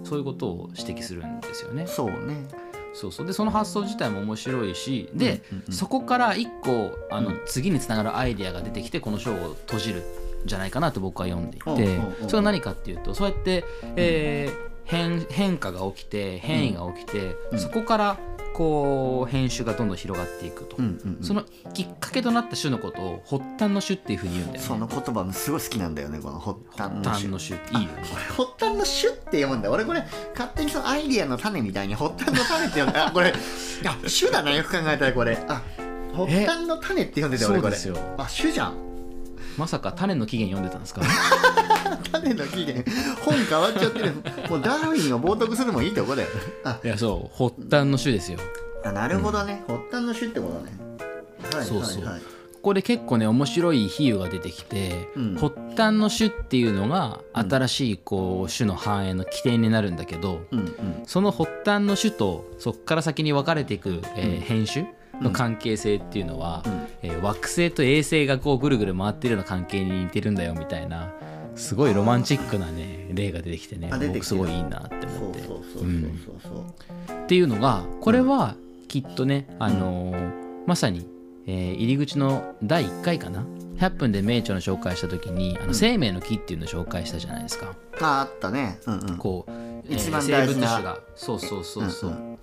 S2: そういうことを指摘するんですよね。
S1: そうね
S2: そうそうでその発想自体も面白いしで、
S1: うんうんうん
S2: そこから一個あの、
S1: うん
S2: 次につながるアイディアが出てきてこの章を閉じるんじゃないかなと僕は読んでいて、
S1: おうおうおう
S2: それは何かっていうとそうやって、えー変変化が起きて変異が起きて、
S1: うん
S2: そこからこう編集がどんどん広がっていくと、
S1: うんうんうん
S2: そのきっかけとなった種のことを発端の種っていうふうに言うんだよ
S1: そ
S2: ね
S1: の。言葉もすごい好きなんだよねこの発端の
S2: 発端
S1: 種
S2: の種っていいよね。
S1: 俺発端の種って読むんだ俺これ勝手にそのアイディアの種みたいに発端の種って読んだあこれあ種だなよく考えたらこれあ発端の種って読んでた
S2: そ
S1: 俺
S2: う
S1: こ
S2: で
S1: れ
S2: すよ。
S1: あ種じゃん
S2: まさか種の起源読んでたんですか。
S1: 種の起源本変わっちゃってるもうダーウィンを冒涜するもいいとこだよあ
S2: いやそう発端の種ですよ。
S1: あなるほどね、発端の種ってことねはい
S2: そうそう
S1: はいはい
S2: ここで結構ね面白い比喩が出てきて、
S1: うん
S2: 発端の種っていうのが新しいこう種の繁栄の起点になるんだけど、
S1: うんうん
S2: その発端の種とそこから先に分かれていく、えー
S1: うん
S2: 編集の関係性っていうのは、
S1: うん
S2: えー惑星と衛星がこうぐるぐる回ってるような関係に似てるんだよみたいなすごいロマンチックなね例が出てきてね
S1: あ出てきてる
S2: 僕すごいいいなって
S1: そ
S2: 思っ
S1: う
S2: て。
S1: そうそうそうそうそう
S2: っていうのがこれはきっとね、あのーまさに、えー入り口の第1回かな100分で名著の紹介した時に「あの生命の木」っていうのを紹介したじゃないですか。
S1: ああったねうんうん
S2: こう、えー
S1: 一番
S2: 生
S1: 大
S2: 物
S1: 事な
S2: 種がそうそうそうそう、
S1: うんう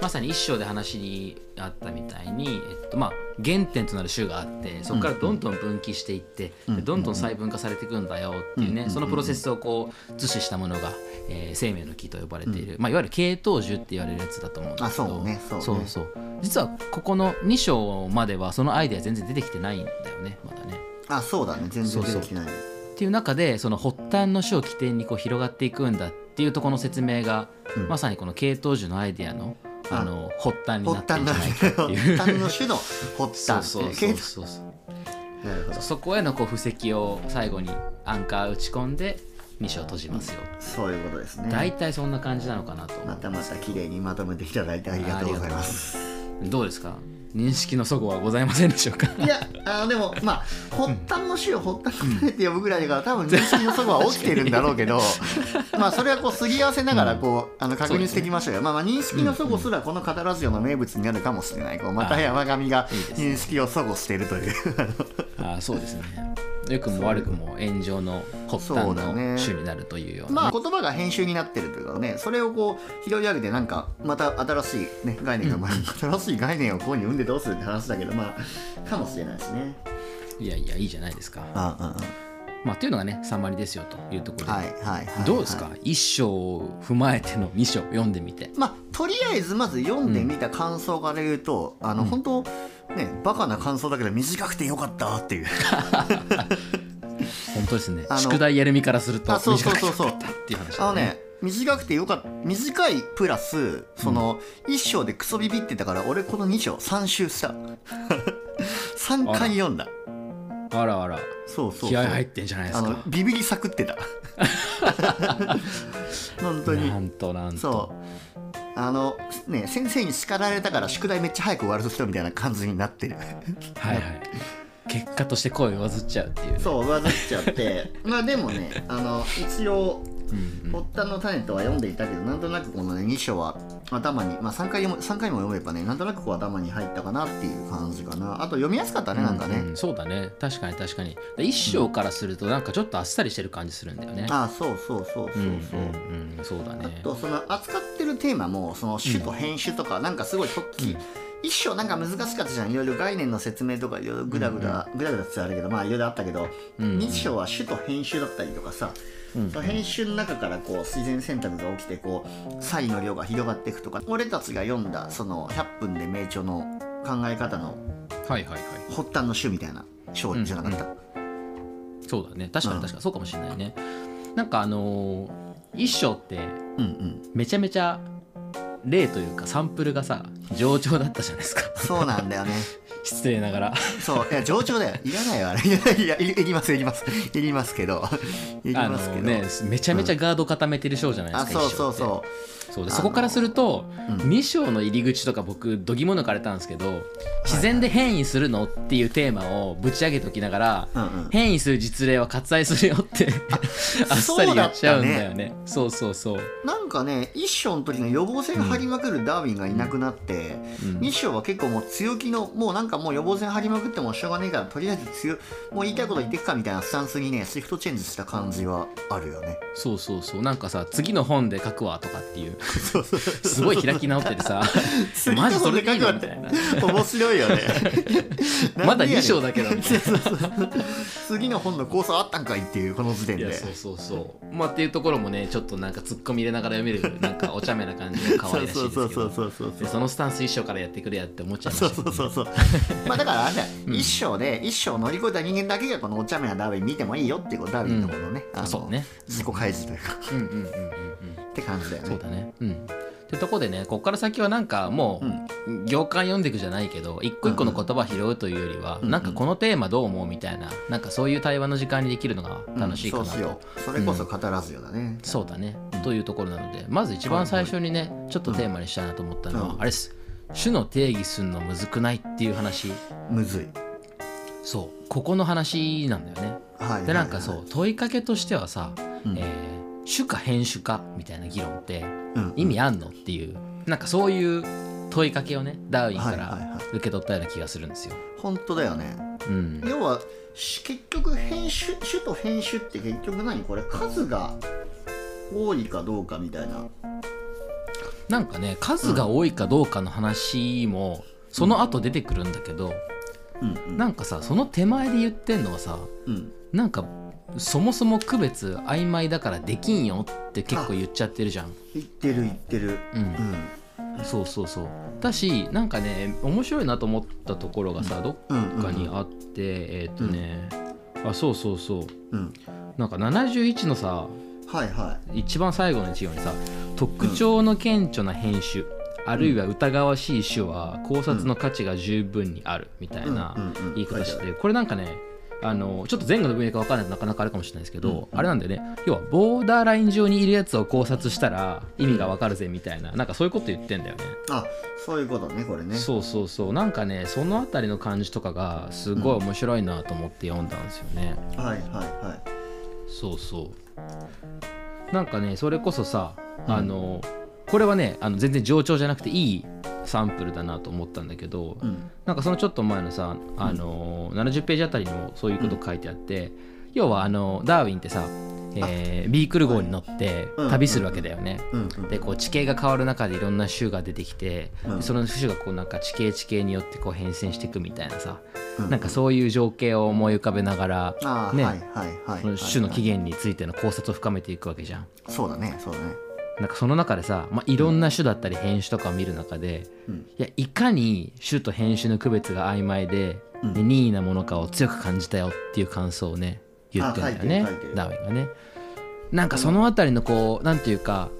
S2: まさに一章で話にあったみたいに、えっとまあ、原点となる種があってそこからどんどん分岐していって、
S1: うん
S2: でどんどん細分化されていくんだよっていうね、
S1: うん
S2: そのプロセスをこう図示したものが、えー生命の木と呼ばれている、まあ、いわゆる系統樹って言われるやつだと思うんだけど
S1: あそうねそうね
S2: そうそう実はここの2章まではそのアイデア全然出てきてないんだよねまだね。
S1: あそうだね全然出てきてない
S2: っていう中でその発端の種を起点にこう広がっていくんだっていうところの説明が、
S1: うん
S2: まさにこの系統樹のアイデアの
S1: あ
S2: あの発端にな
S1: 発
S2: って
S1: 端
S2: るん
S1: の
S2: じゃないかってい
S1: 発
S2: う。
S1: 端の種の発
S2: そう
S1: 端
S2: そう
S1: け
S2: そう
S1: ど
S2: そうそう
S1: なるほど
S2: そこへのこう布石を最後にアンカー打ち込んで2章閉じますよ
S1: そういうことですね
S2: 大体そんな感じなのかなと思
S1: ま
S2: う
S1: たまた綺麗にまとめていただいてありがとうございます
S2: どうですか認識の齟齬はございませんでしょ うか
S1: いやあーでもまあ発端の種を発端の種って呼ぶぐらいだから多分認識のそばは起きてるんだろうけ どまあそれはこうすり合わせながらこう、あの確認してきましたよ、まあまあ認識のそごすらこの語らずよの名物になるかもしれないこうまた山上が
S2: いいですね
S1: 認識をそごしていると いう
S2: ああそうですね良くも悪くも炎上の発端
S1: そ
S2: の
S1: うだね
S2: 種になるというような
S1: ま
S2: ね、
S1: あ言葉が編集になってるというかねそれをこう拾い上げてなんかまた新しい、ね、概念が生まれる、新しい概念をこうに生んでどうするって話だけどまあかもしれないですね。
S2: いやいやいいじゃないですか
S1: ああ
S2: まあ、というのがねサマリですよというところで、
S1: はいはいはい。
S2: どうですか、
S1: はい
S2: 一章を踏まえての二章読んでみて
S1: まあとりあえずまず読んでみた感想から言うと、あの本当ねバカな感想だけど短くてよかったっていう
S2: 本当ですね
S1: あの
S2: 宿題やる身からすると
S1: あそうそう
S2: 短か
S1: そうそう
S2: ったっていう話
S1: あ
S2: だ
S1: のね短くてよかった短いプラスその、一章でクソビビってたから俺この二章3周した三回読んだ
S2: あらあら
S1: そうそうそう
S2: 気合入ってんじゃないで
S1: あ
S2: す
S1: の
S2: か
S1: ビビりさく ってた本当に
S2: なんとなんと
S1: そうあのね先生に叱られたから宿題めっちゃ早く終わる人みたいな感じになってる
S2: はいはい結果として声を上ずっちゃうっていうね、
S1: そう上ずっちゃって まあでもねあの一応
S2: うんうん
S1: 「発端の種」とは読んでいたけどなんとなくこのね2章は頭に、まあ、3, 回も3回も読めばねなんとなくこう頭に入ったかなっていう感じかなあと読みやすかったねなんかね、
S2: ううそうだね確かに確かにで一章からするとなんかちょっとあっさりしてる感じするんだよね
S1: ああそうそうそうそうそう、
S2: うんうんうん、そうだ
S1: あ
S2: ね
S1: とその扱ってるテーマもその種と編集とかなんかすごい特記、
S2: うん
S1: 一生なんか難しかったじゃんいろいろ概念の説明とかいろいろグダグダグダグダってあるけどまあいろいろあったけど、
S2: うんうん
S1: 一章は種と編集だったりとかさ、
S2: うん
S1: その編集の中からこう自然選択が起きてこう差異の量が広がっていくとか俺たちが読んだその100分で名著の考え方の
S2: はいはいはい
S1: 発端の種みたいな章じゃなかった、
S2: そうだね確か
S1: うん
S2: に確かにそうかもしれないねなんかあのー一章って
S1: うんうん
S2: めちゃめちゃ例というかサンプルがさ冗長だったじゃないですか
S1: そうなんだよね
S2: 失礼ながら
S1: そういや上長だよいらないよあれいらないいやいいりますいりますいりますけどいり
S2: あ
S1: ま
S2: の
S1: すけど、
S2: ねめちゃめちゃガード固めてる章じゃないで
S1: あ
S2: すか、
S1: そう
S2: 一
S1: そ
S2: 章っ
S1: う
S2: て
S1: そ
S2: そうで
S1: あの
S2: そこからすると、
S1: うん
S2: 2章の入り口とか僕どぎも抜かれたんですけど自然で変異するのっていうテーマをぶち上げときながら、
S1: う、うんうん、
S2: 変異する実例は割愛するよって あっさり言っちゃうんだよねそうそうそう、
S1: なんかね一章の時の予防線張りまくるダーウィンがいなくなって、
S2: うん
S1: 二章は結構もう強気のもうなんかもう予防線張りまくってもしょうがねえからとりあえず強いもう言いたいこと言ってくかみたいなスタンスにねシフトチェンジした感じはあるよね
S2: そうそうそうなんかさ次の本で書くわとかっていう
S1: そうそう
S2: すごい開き直っててさ マジそれでいいのみたいな
S1: 面白いよね なんでやねん
S2: まだ2章だけどみたい な
S1: そうそうそう次の本の構想あったんかいっていうこの時点
S2: い
S1: で
S2: やそうそうそうまあっていうところもねちょっとなんか突っ込み入れながら読めるなんかお茶目な感じで可愛らしいですけ
S1: そ
S2: ど
S1: うそうそうそうそ
S2: で
S1: う
S2: そのスタンス一生からやってくれやって思っちゃいました
S1: そうそうそうそうまあだからあれだよ
S2: うん
S1: 一生で一生乗り越えた人間だけがこのお茶目なダーウィン見てもいいよっていうことダーウィンのこのね,、あの
S2: そうね
S1: 自己開示というか
S2: うんうんうんうんうん
S1: って感じだよね
S2: そうだねうんってとこでねこっから先はなんかも
S1: うん
S2: う行間読んでいくじゃないけど一個一個の言葉拾うというよりは、
S1: うん
S2: なんかこのテーマどう思うみたいななんかそういう対話の時間にできるのが楽しいかな
S1: うん
S2: と、
S1: そうしようそれこそ語らずよだね、
S2: そうだね、というところなのでまず一番最初にねちょっとテーマにしたいなと思ったのは、
S1: うん
S2: あれです種の定義すんのむずくないっていう話
S1: むずい
S2: そうここの話なんだよね
S1: はい
S2: でなんかそう問いかけとしてはさ、
S1: うん
S2: えー種か変種かみたいな議論って
S1: うん
S2: 意味あんのっていうなんかそういう問いかけをねダーウィンか
S1: はいはいは
S2: ら
S1: い
S2: 受け取ったような気がするんですよ。
S1: 本当だよね
S2: うん、
S1: 要はし結局編集種と編集って結局何これ数が多いかどうかみたいな
S2: なんかね数が多いかどうかの話もその後出てくるんだけど、
S1: うんうん
S2: なんかさその手前で言ってんのはさ
S1: うん
S2: なんかそもそも区別曖昧だからできんよって結構言っちゃってるじゃん。
S1: 言ってる言ってる
S2: うん
S1: うん
S2: そうそうそうだしなんかね面白いなと思ったところがさど
S1: うん
S2: っかにあって、えーっ、とね、あそうそうそう
S1: うん
S2: なんか71のさ
S1: はいは
S2: 一番最後の一行にさ「特徴の顕著な編集、あるいは疑わしい種は考察の価値が十分にある」みたいな
S1: うんうんうん
S2: 言い方しててこれなんかねあのちょっと前後の文脈が分からないとなかなかあるかもしれないですけど、あれなんだよね要はボーダーライン上にいるやつを考察したら意味が分かるぜみたいななんかそういうこと言ってんだよね。
S1: いあそういうことねこれね
S2: そうそうそうなんかねそのあたりの感じとかがすごい面白いなと思って読んだんですよね。
S1: はいはいはい
S2: そうそうなんかねそれこそさ、あのこれはねあの全然冗長じゃなくていいサンプルだなと思ったんだけど、
S1: うん
S2: なんかそのちょっと前のさあの、70ページあたりにもそういうこと書いてあって、要はあのダーウィンってさ、えービークル号に乗って
S1: うん
S2: 旅するわけだよね。
S1: うん
S2: でこう地形が変わる中でいろんな種が出てきて、
S1: うん
S2: でその種がこうなんか地形地形によってこう変遷していくみたいなさ、
S1: うん
S2: なんかそういう情景を思い浮かべながら、
S1: ああ、
S2: ね
S1: はいはいはい
S2: そ
S1: はい
S2: の種の起源についての考察を深めていくわけじゃん。
S1: そうだねそうだね
S2: なんかその中でさ、まあ、いろんな種だったり変種とかを見る中で、
S1: うん
S2: いやいかに種と変種の区別が曖昧で、
S1: うん
S2: で任意なものかを強く感じたよっていう感想をね言ってんだよね
S1: あ書いてる書いてる
S2: ダーウィンがね。なんかそのあたりのこうなんていうか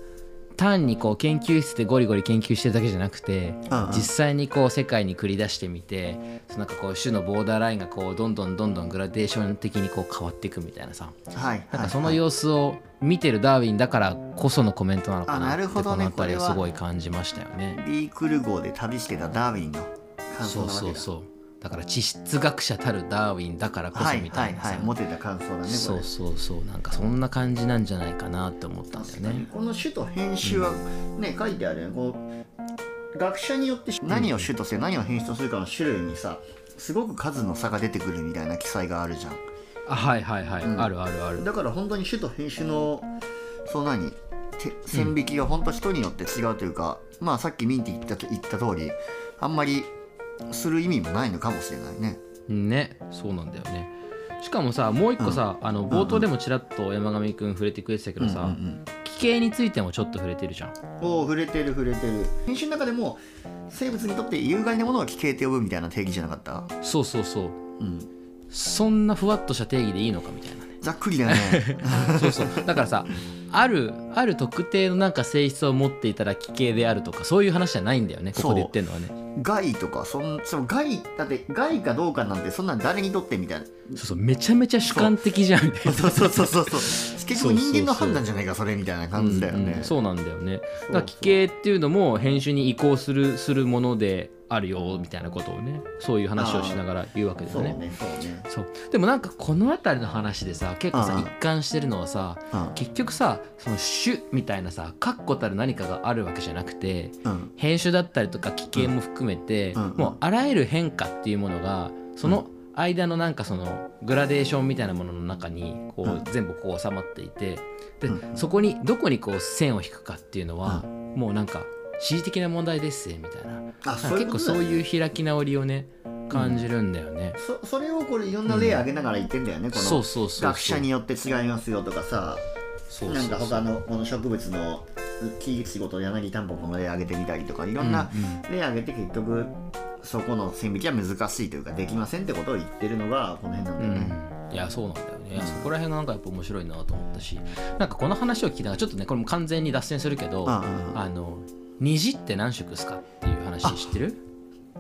S2: 単にこう研究室でゴリゴリ研究してるだけじゃなくて
S1: うんうん
S2: 実際にこう世界に繰り出してみてそのなんかこう種のボーダーラインがこうどんどんどんどんグラデーション的にこう変わっていくみたいなさ。
S1: はい
S2: なん
S1: はい
S2: かその
S1: はい
S2: 様子を見てるダーウィンだからこそのコメントなのか
S1: あ
S2: な
S1: な
S2: って
S1: るほ
S2: こ
S1: ど
S2: の
S1: ね
S2: 辺りを
S1: これは
S2: すごい感じましたよね。
S1: ビークル号で旅してたダーウィンの感想な
S2: そう
S1: わけだ
S2: そうそう。だから地質学者たるダーウィンだからこそ
S1: はい
S2: みた
S1: はいい
S2: なさ、
S1: はいモテた感想だねこ
S2: そ
S1: れ
S2: うそうそうなんかそんな感じなんじゃないかなって思ったんだよ
S1: 確かに
S2: ね。
S1: この主と編集はね、書いてあるよねこう学者によって何を主として何を編集とするかの種類にさすごく数の差が出てくるみたいな記載があるじゃん
S2: あはいはいはい、
S1: うん
S2: あるあるある。
S1: だから本当に種と編集のその何て線引きが本当人によって違うというか、まあさっきミンティ言ったと言った通りあんまりする意味もないのかもしれないね。
S2: ねそうなんだよね。しかもさもう一個さ、あの冒頭でもちらっと山上くん触れてくれてたけどさ、
S1: うんうん
S2: 奇形についてもちょっと触れてるじゃん。
S1: うんおお触れてる触れてる編集の中でも生物にとって有害なものは奇形と呼ぶみたいな定義じゃなかった、
S2: そうそうそう
S1: うん、
S2: そんなふわっとした定義でいいのかみたいなね。
S1: ざっくりだよね
S2: そうそうだからさあるある特定のなんか性質を持っていたら奇形であるとかそういう話じゃないんだよねここで言ってるのはね。
S1: 害とかそんその害だって害かどうかなんてそんなん誰にとってみたいな
S2: そうそうめちゃめちゃ主観的じゃんみたいな。
S1: そうそうそうそうそう 結局人間の判断じゃないかそれみたいな感じだよ
S2: うん
S1: ね
S2: うんそうなんだよねだから奇
S1: そう
S2: 形っていうのも編集に移行するするものであるよみたいなことをねそういう話をしながら言うわけだ
S1: そ
S2: よ
S1: う
S2: ね
S1: ねそうね
S2: そうでもなんかこの辺りの話でさ結構
S1: うん
S2: さ
S1: うん
S2: 一貫してるのはさ
S1: うん
S2: 結局さその種みたいなさ確固たる何かがあるわけじゃなくて
S1: うん
S2: 編集だったりとか奇形も含めて、
S1: うんうん
S2: もうあらゆる変化っていうものがその間のなんかそのグラデーションみたいなものの中にこ
S1: うん
S2: う全部こう収まっていてで
S1: うん
S2: そこにどこにこう線を引くかっていうのはもうなんか恣意的な問題ですみたいな
S1: あそういう
S2: 結
S1: ことだ
S2: 構そ
S1: よ
S2: う
S1: ね
S2: いう開き直りをね感じるんだよね。
S1: そそれをこれいろんな例挙げながら言ってんだよね、こ
S2: そ
S1: の
S2: うそうそうそう
S1: 学者によって違いますよとかさ
S2: そう
S1: なんか
S2: そうそ
S1: 他
S2: う
S1: のこの植物の木イチゴと柳田んぼこの例挙げてみたりとかいろんな
S2: うんうん
S1: 例挙げて結局そこの線引きは難しいというかできませんってことを言ってるのがこの辺なんだよね。
S2: いやそうなんだよ
S1: う
S2: ね、
S1: ん
S2: そこら辺がなんかやっぱ面白いなと思ったしなんかこの話を聞いたらちょっとねこれも完全に脱線するけど、
S1: うんうんうん
S2: あの虹って何色ですかっていう話知ってる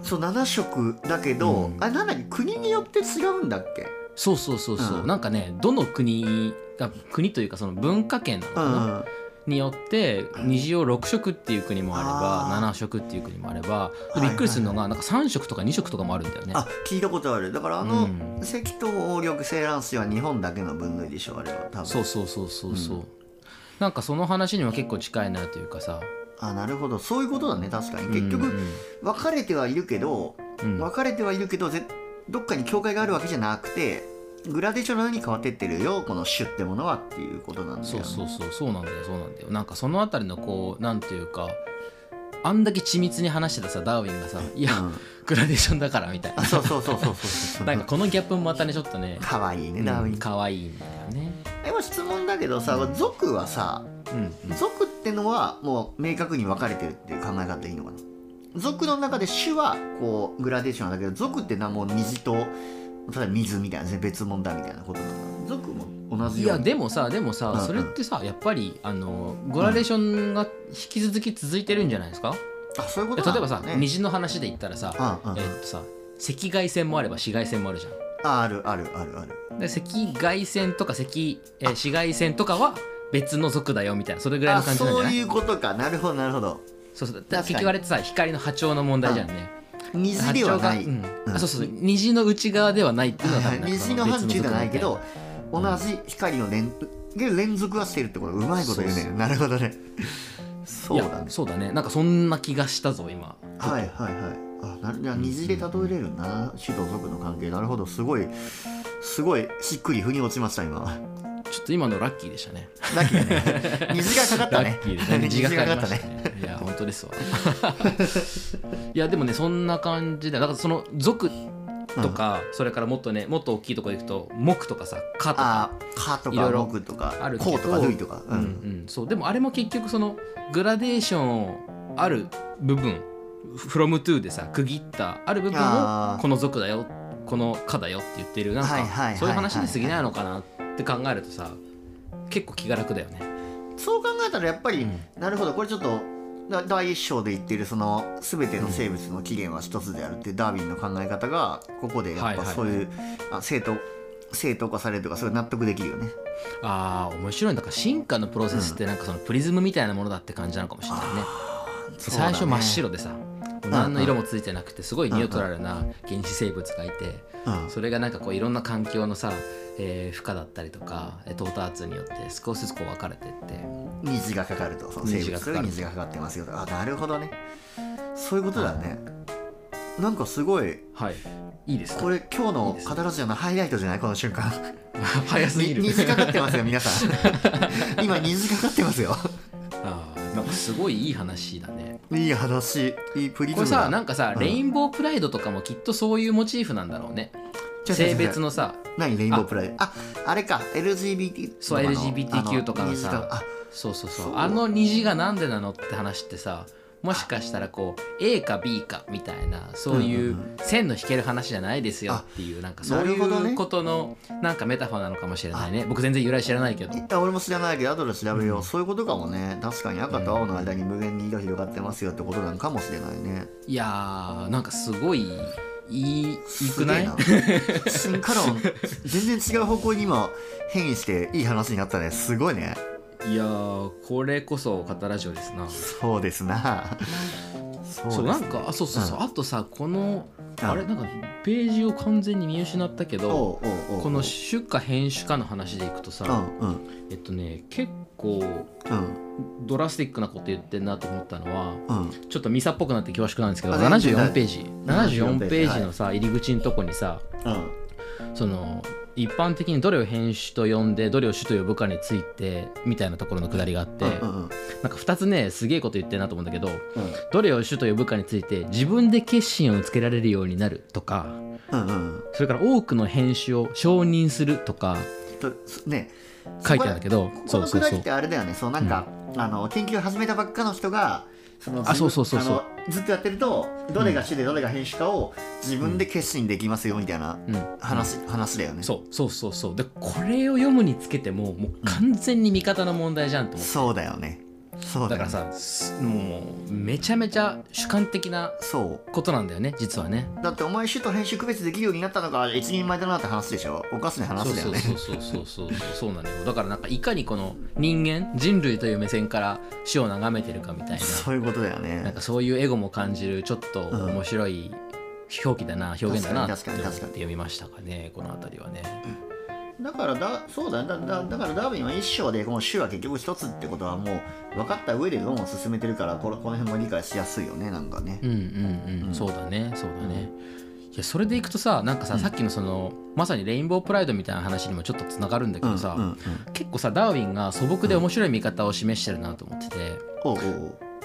S1: そう7色だけど、
S2: うん
S1: あれなんだっけ国によって違うんだっけ
S2: そうそうそうそう、
S1: うん
S2: なんかねどの国が国というかその文化圏なの
S1: う
S2: か
S1: んう
S2: な、
S1: ん
S2: によって虹を6色っていう国もあれば
S1: あ
S2: 7色っていう国もあれば
S1: いはい
S2: びっくりするのがなんか3色とか2色とかもあるんだよね。
S1: あ聞いたことあるだからあ
S2: う
S1: の
S2: ん
S1: 赤東黄緑青蘭水は日本だけの分類でしょあれは多分
S2: そうそうそうそうそう、
S1: う
S2: なんかその話には結構近いなというかさ
S1: あなるほどそういうことだね確かに結
S2: うんう
S1: 局
S2: ん
S1: 分かれてはいるけど
S2: うん
S1: 分かれてはいるけどぜどっかに境界があるわけじゃなくてグラデーションのように変わってってるよこの種ってものはっていうことなんだよ
S2: そ
S1: ね
S2: うそうそうそうなんだよそうなんだよなんかそのあたりのこうなんていうかあんだけ緻密に話してたさダーウィンがさ「いや、
S1: うん
S2: グラデーションだから」みたい
S1: あ
S2: な
S1: そうそうそうそうそう
S2: なんかこのギャップもまたねちょっとね
S1: かわいいねダーウィン、
S2: かわいいんだよね
S1: でも質問だけどさ族はさ
S2: うん
S1: 族ってのはもう明確に分かれてるっていう考え方でいいのかな族の中で種はこうグラデーションなんだけど族ってのはもう虹とただ水みたいなね別物だみたいなことなの族も同
S2: い
S1: じよう
S2: や
S1: に
S2: でもさでもさ、
S1: うんうん
S2: それってさやっぱりあのグラデーションが引き続き続いてるんじゃないですか、
S1: あそういうこと
S2: 例
S1: な
S2: え
S1: ん
S2: ば
S1: だ
S2: さ、
S1: ね
S2: 虹の話で言ったらさ、
S1: うんうんうん
S2: えっとさ赤外線もあれば紫外線もあるじゃん
S1: ああるあるあるある
S2: で赤外線とか赤、えー紫外線とかは別の族だよみたいなそれぐらい
S1: あ
S2: の感じなんじ
S1: そ
S2: ゃ
S1: う
S2: ない
S1: いうことかなるほどなるほど
S2: そうそうだ
S1: かに
S2: 結局あれってさ光の波長の問題じゃんね、
S1: 虹
S2: 波
S1: で
S2: 長
S1: は
S2: が、
S1: ない、
S2: うん
S1: うん
S2: あそうそう虹の内側ではないっていうのは多
S1: はい
S2: 分
S1: は
S2: ないんか
S1: 虹の
S2: そ
S1: 範疇ではないけど
S2: 別の族み
S1: 同じ光の連連続はしてるってことうまいこと言うね
S2: そうそ
S1: なるほどね
S2: た
S1: そ
S2: いうな
S1: だ
S2: い
S1: ね
S2: やそうだねなんかそんな気がしたぞ今
S1: はいはいはい。あなるじゃあ虹で例えれるな、種と族の関係。なるほど、すごい、すごいしっくり腑に落ちました、今。
S2: ちょっと今のラッキーでしたね
S1: ラッキーだね。虹がかかった
S2: ラ
S1: ね
S2: ッキ ーでした。ね虹がかかりました
S1: ね。
S2: ねいや本当ですわ いやでもねそんな感じでだからその族とか、それからもっとねもっと大きいとこ行くと木とかさ「か」とか
S1: あー、かと
S2: いろ
S1: か、
S2: いろ
S1: 僕と
S2: あ
S1: か
S2: る、けど
S1: こうとか、るいとか。う
S2: うん
S1: ん。
S2: うん、そうでもあれも結局そのグラデーションをある部分フロムトゥーでさ区切ったある部分
S1: あ
S2: を
S1: ー
S2: この族だよこの科だよって言ってるなんか、
S1: はいはいはいはい
S2: そういう話に過ぎないのかなって考えるとさ結構気が楽だよね。
S1: そう考えたら、やっぱり、
S2: う
S1: なるほど、これちょっと、だ第一章で言ってるその全ての生物の起源は一つであるっていうダーウィンの考え方がここでやっぱそういう、あ正当正当化されるとかそれ納得できるよね。
S2: あー面白いんだから進化のプロセスってなんかそのプリズムみたいなものだって感じなのかもしれないね。
S1: そうだね
S2: 最初真っ白でさ、何の色もついてなくてすごいニュートラルな原始生物がいて
S1: うん
S2: それがなんかこういろんな環境のさ、えー負荷だったりとかえー到達によって少しずつこう分かれてって
S1: 虹がかかるとその生
S2: 虹が
S1: 物
S2: かか
S1: に
S2: る
S1: 虹がかかってますよとあなるほどねそういうことだねなんかすごい
S2: はいいいですか
S1: これ今日
S2: いい
S1: の
S2: ですね
S1: カタロジアのハイライトじゃないこの瞬間
S2: 早すぎ
S1: に
S2: る
S1: 虹かかってますよ皆さ ん今虹かかってますよ
S2: あーなんかすごいいい話だね
S1: いい話いいプリズ
S2: こ
S1: ム
S2: れさ
S1: だ
S2: なんかさ、
S1: うん
S2: レインボープライドとかもきっとそういうモチーフなんだろうね
S1: ちょちょちょ
S2: 性別のさ
S1: 何レインボープライドああれか LGBT
S2: そう
S1: とかの
S2: LGBTQ とかのさ
S1: あ虹あ
S2: そうそうそう
S1: そう
S2: あの虹がなんでなのって話ってさもしかしたらこう A か B かみたいなそうい
S1: ん
S2: う
S1: うん
S2: う線の引ける話じゃないですよっていうなんかそうい
S1: なるほどね
S2: うことのなんかメタファーなのかもしれないね僕全然由来知らないけど
S1: いや俺も知らないけど後で調べよう、
S2: うん
S1: そういうことかもね確かに赤と青の間に無限に色広がってますよってことなのかもしれないね
S2: いやーなんかすごいいいいくない
S1: すげえな進化論全然違う方向に今変異していい話になったねすごいね
S2: いやーこれこそカタラジオですな
S1: そうですなそうです
S2: そう
S1: ね
S2: なんかあそうそうそう、あとさこの
S1: うん
S2: あれなんかページを完全に見失ったけ
S1: お
S2: ど
S1: うおうおう
S2: この出荷編集家の話でいくと
S1: う
S2: さ、
S1: んうん
S2: えっとね結構
S1: うん
S2: ドラスティックなこと言ってんなと思ったのは
S1: うん
S2: ちょっとミサっぽくなって恐縮なんですけど
S1: あ全然
S2: 74ページ
S1: 大丈夫
S2: 74ページのさ入り口のとこにさ
S1: うん
S2: その一般的にどれを編集と呼んでどれを主と呼ぶかについてみたいなところのくだりがあって
S1: うん
S2: なん
S1: うんうん
S2: か2つねすげえこと言ってんなと思うんだけど
S1: うん
S2: どれを主と呼ぶかについて自分で決心をつけられるようになるとか
S1: うんうん
S2: それから多くの編集を承認するとか
S1: とね
S2: 書いてあるんだけど
S1: こ
S2: そ
S1: の
S2: う
S1: く
S2: そう
S1: だ
S2: そ
S1: りっ
S2: う
S1: てあれだよねそうなんか、あの研究を始めたばっかの人がその
S2: あそうそうそうそう
S1: あのずっとやってるとどれが主でどれが編集かを自分で決心できますよみたいな
S2: うん
S1: 話,、話だよね
S2: そうそうそうそうでこれを読むにつけてももう完全に味方の問題じゃんと思って、
S1: そうだよねそうだ
S2: だ
S1: よ
S2: から
S1: ね
S2: さすもうめちゃめちゃ主観的な
S1: そ
S2: ことなんだよね実はね
S1: うだってお前主と編集区別できるようになったのが一人前だなって話でしょおかしな
S2: そ
S1: 話
S2: う
S1: だよ
S2: そう
S1: ね
S2: そうそうそうそうそうなのよだからなんかいかにこの人間人類という目線から死を眺めてるかみたい な
S1: そういうことだよね
S2: なんかそういうエゴも感じるちょっと
S1: ん
S2: 面白い表記だな、表現だな
S1: 確
S2: って
S1: かに
S2: 思
S1: 確
S2: っ
S1: かに
S2: て読みましたかねこの辺りはね、
S1: だからだそうだ,、ね、だだだからダーウィンは一章でこの主は結局一つってことはもう分かった上で論を進めてるからこのこの辺も理解しやすいよねなんかね
S2: うんうん
S1: う
S2: うんん、そうだねそうだね、いやそれでいくとさなんかさ、さっきのそのまさにレインボープライドみたいな話にもちょっとつながるんだけどさ、
S1: うんうんうん、
S2: 結構さダーウィンが素朴で面白い見方を示してるなと思ってて、
S1: おうおう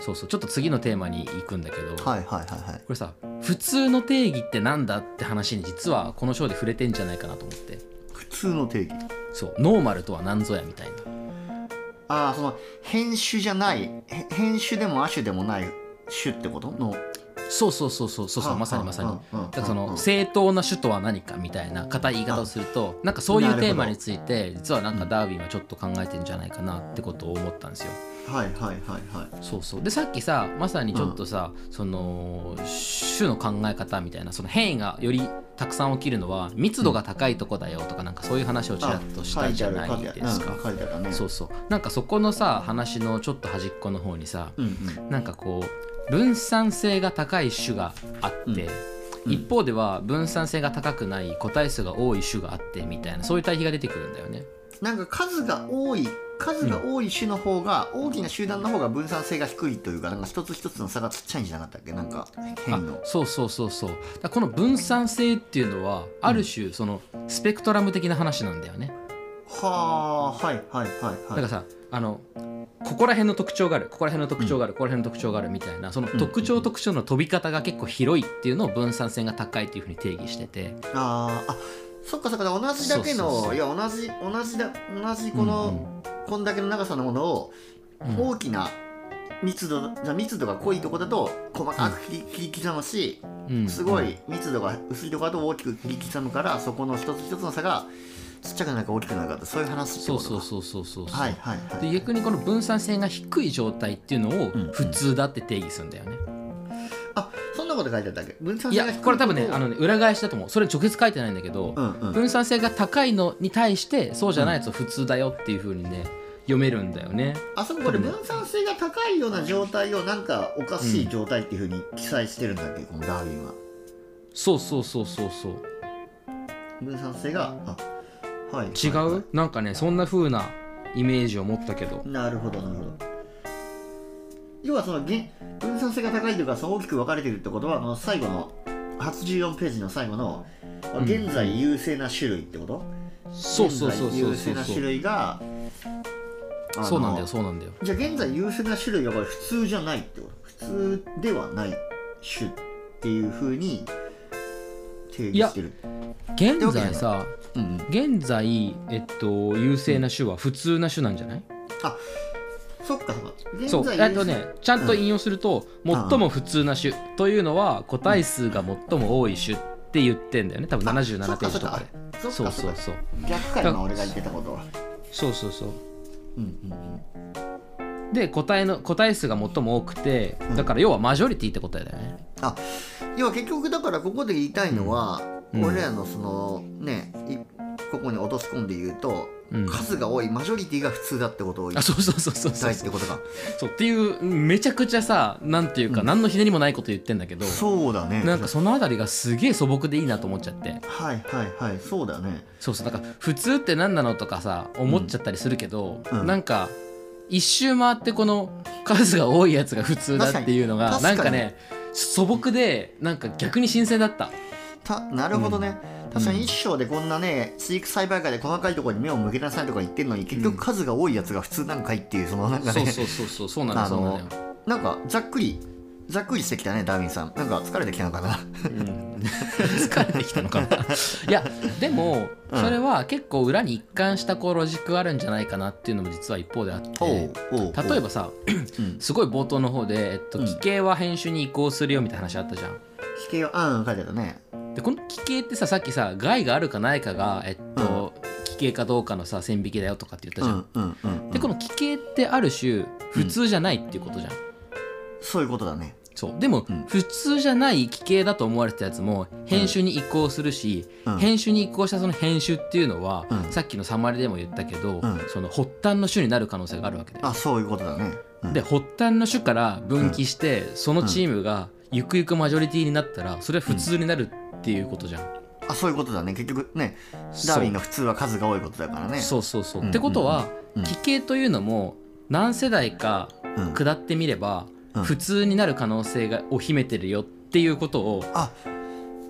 S2: そうそうちょっと次のテーマに行くんだけ
S1: お
S2: ど、
S1: うはいはいはいはい
S2: これさ普通の定義ってなんだって話に実はこの章で触れてんじゃないかなと思って
S1: 普通の定義
S2: そうノーマルとは何ぞやみたいな
S1: ああその編集じゃないへ編集でも亜種でもない種ってことの
S2: そうそうそうそうそうそうまさにまさに
S1: に
S2: だからその正当な種とは何かみたいな硬い言い方をするとなんかそういうテーマについて実はなんかダーウィンはちょっと考えてんじゃないかなってことを思ったんですよ。
S1: はいはいはいはい
S2: そうそうでさっきさまさにちょっとさ、その種の考え方みたいなその変異がよりたくさん起きるのは密度が高いとこだよとかなんかそういう話をちらっとしたじゃないですか
S1: あ。書いてある書いてあるうん書いてあるね
S2: そうそうなんかそこのさ話のちょっと端っこの方にさ
S1: うん
S2: なんかこう分散性が高い種があって、
S1: うん
S2: 一方では分散性が高くない個体数が多い種があってみたいなそういう対比が出てくるんだよね。
S1: なんか数が多い数が多い種の方が、大きな集団の方が分散性が低いというかなんか一つ一つの差がちっちゃいんじゃなかったっけなんか
S2: あ
S1: 変の
S2: そうそうそうそうだからこの分散性っていうのはある種そのスペクトラム的な話なんだよね。
S1: はあはいはいはい
S2: だ
S1: は
S2: か
S1: い
S2: らさあのここら辺の特徴があるここら辺の特徴がある、ここら辺の特徴があるみたいなその特徴特徴の飛び方が結構広いっていうのを分散性が高いっていうふうに定義してて
S1: あーあそっかそっか同じだけの
S2: そうそうそう
S1: いや同じ同じだ同じこの、こんだけの長さのものを
S2: うんうんうん
S1: 大きな密度じゃあ密度が濃いとこだと細かく切り切り刻むし
S2: うん
S1: すごい密度が薄いとこだと大きく切り刻むからそこの一つ一つの差がちっちゃくなるか大きくなるかってそういう話って
S2: そ
S1: こ
S2: う
S1: とか
S2: そうそうそうそうそう
S1: はいはいはい
S2: で逆にこの分散性が低い状態っていうのを
S1: んうん
S2: 普通だって定義するんだよね、
S1: あそんなこと書いてあったっけ分散
S2: い
S1: 性が
S2: や
S1: 低い
S2: これ多分ねあのね裏返しだと思うそれ直接書いてないんだけど、
S1: うんうん
S2: 分散性が高いのに対してそうじゃないやつを普通だよっていうふうにね読めるんだよね。
S1: あそここれ分散性が高いような状態をなんかおかしい状態っていうふうに記載してるんだっけ、このダーウィンは
S2: そうそうそうそうそう。
S1: 分散性があはい
S2: 違
S1: はいう
S2: なんかねそんな風なイメージを持ったけど
S1: なるほどなるほど要はそのげ分散性が高いというかその大きく分かれてるってことはこの最後の84ページの最後の
S2: ん
S1: 現在優勢な種類ってこと、
S2: そうそうそう
S1: 現在
S2: そう
S1: 優
S2: そ
S1: 勢
S2: う
S1: な種
S2: そう
S1: 類があの
S2: そうなんだよそうなんだよ
S1: じゃあ現在優勢な種類がこれ普通じゃないってこと普通ではない種っていうふうに定義してる
S2: 現在さ
S1: うんうん
S2: 現在えっと優勢な種は普通な種なんじゃない、
S1: そっかそっか現
S2: そう
S1: 在
S2: えっ
S1: 優
S2: と
S1: 勢
S2: ねちゃんと引用すると、
S1: ん
S2: 最も普通な種というのは個体数が最も多い種って言ってんだよね多分
S1: あ
S2: 77ページとかで
S1: そっかそ
S2: そ
S1: っか
S2: うそうそう
S1: 逆か今俺が言ってたことは
S2: そうそうそう
S1: うんうんうん
S2: で個体の個体数が最も多くてだから要はマジョリティって答えだよね
S1: あ要は結局だからここで言いたいのは、
S2: うん
S1: 俺らのそのねいここに落とし込んで言うと、
S2: うん
S1: 数が多いマジョリティが普通だってことを言
S2: あ
S1: い
S2: そうそうそうそうそ
S1: た
S2: う
S1: いってことか
S2: そうっていうめちゃくちゃさなんていうか、
S1: うん
S2: 何のひねりもないこと言ってんだけど
S1: そうだね
S2: なんかそのあたりがすげえ素朴でいいなと思っちゃって
S1: はいはいはいそうだね
S2: そうそうなんか普通って何なのとかさ思っちゃったりするけど、
S1: うんうん
S2: なんか一周回ってこの数が多いやつが普通だっていうのが
S1: 確か
S2: な
S1: に
S2: んかね素朴でなんか逆に新鮮だった
S1: たなるほどね、確かに一生でこんなね飼育栽培会で細かいところに目を向けなさいとか言ってんのに結局数が多いやつが普通なんかいっていうそのなんか
S2: そう
S1: ね
S2: そうそうそうそうなんだ
S1: あ
S2: そう
S1: の
S2: なんだよ、
S1: なんかざっくりざっくりしてきたねダーウィンさんなんか疲れてきたのかな
S2: うん、疲れてきたのかないやでも
S1: うん
S2: それは結構裏に一貫したこうロジックがあるんじゃないかなっていうのも実は一方であって
S1: おう
S2: 例えばさ、
S1: ん
S2: すごい冒頭の方で、えっと、
S1: うん
S2: 奇形は編集に移行するよみたいな話あったじゃん。
S1: 引けよあうん書いてあったね
S2: でこの奇形ってささっきさ害があるかないかが、えっと奇形かどうかのさ線引きだよとかって言ったじ
S1: う
S2: ゃん。
S1: んうんうんうん
S2: でこの奇形ってある種普通じゃないっていうことじゃん。
S1: そういうことだね
S2: そうでも、
S1: うん
S2: 普通じゃない奇形だと思われてたやつも編集に移行するし、
S1: うん
S2: 編集に移行したその編集っていうのは、
S1: うん
S2: さっきのサマリでも言ったけど、
S1: うん
S2: その発端の種になる可能性があるわけだよ
S1: あそういうことだね、うん
S2: で発端の種から分岐して、そのチームがゆくゆくマジョリティになったらそれは普通になるっていうことじゃん。
S1: あそういうことだね結局ね
S2: そう
S1: ダーウィンの普通は数が多いことだからね
S2: そうそうそう。
S1: うん
S2: ってことは、
S1: うん
S2: 奇形というのも何世代か
S1: うん
S2: 下ってみれば、
S1: うん
S2: 普通になる可能性がを秘めてるよっていうことを
S1: あ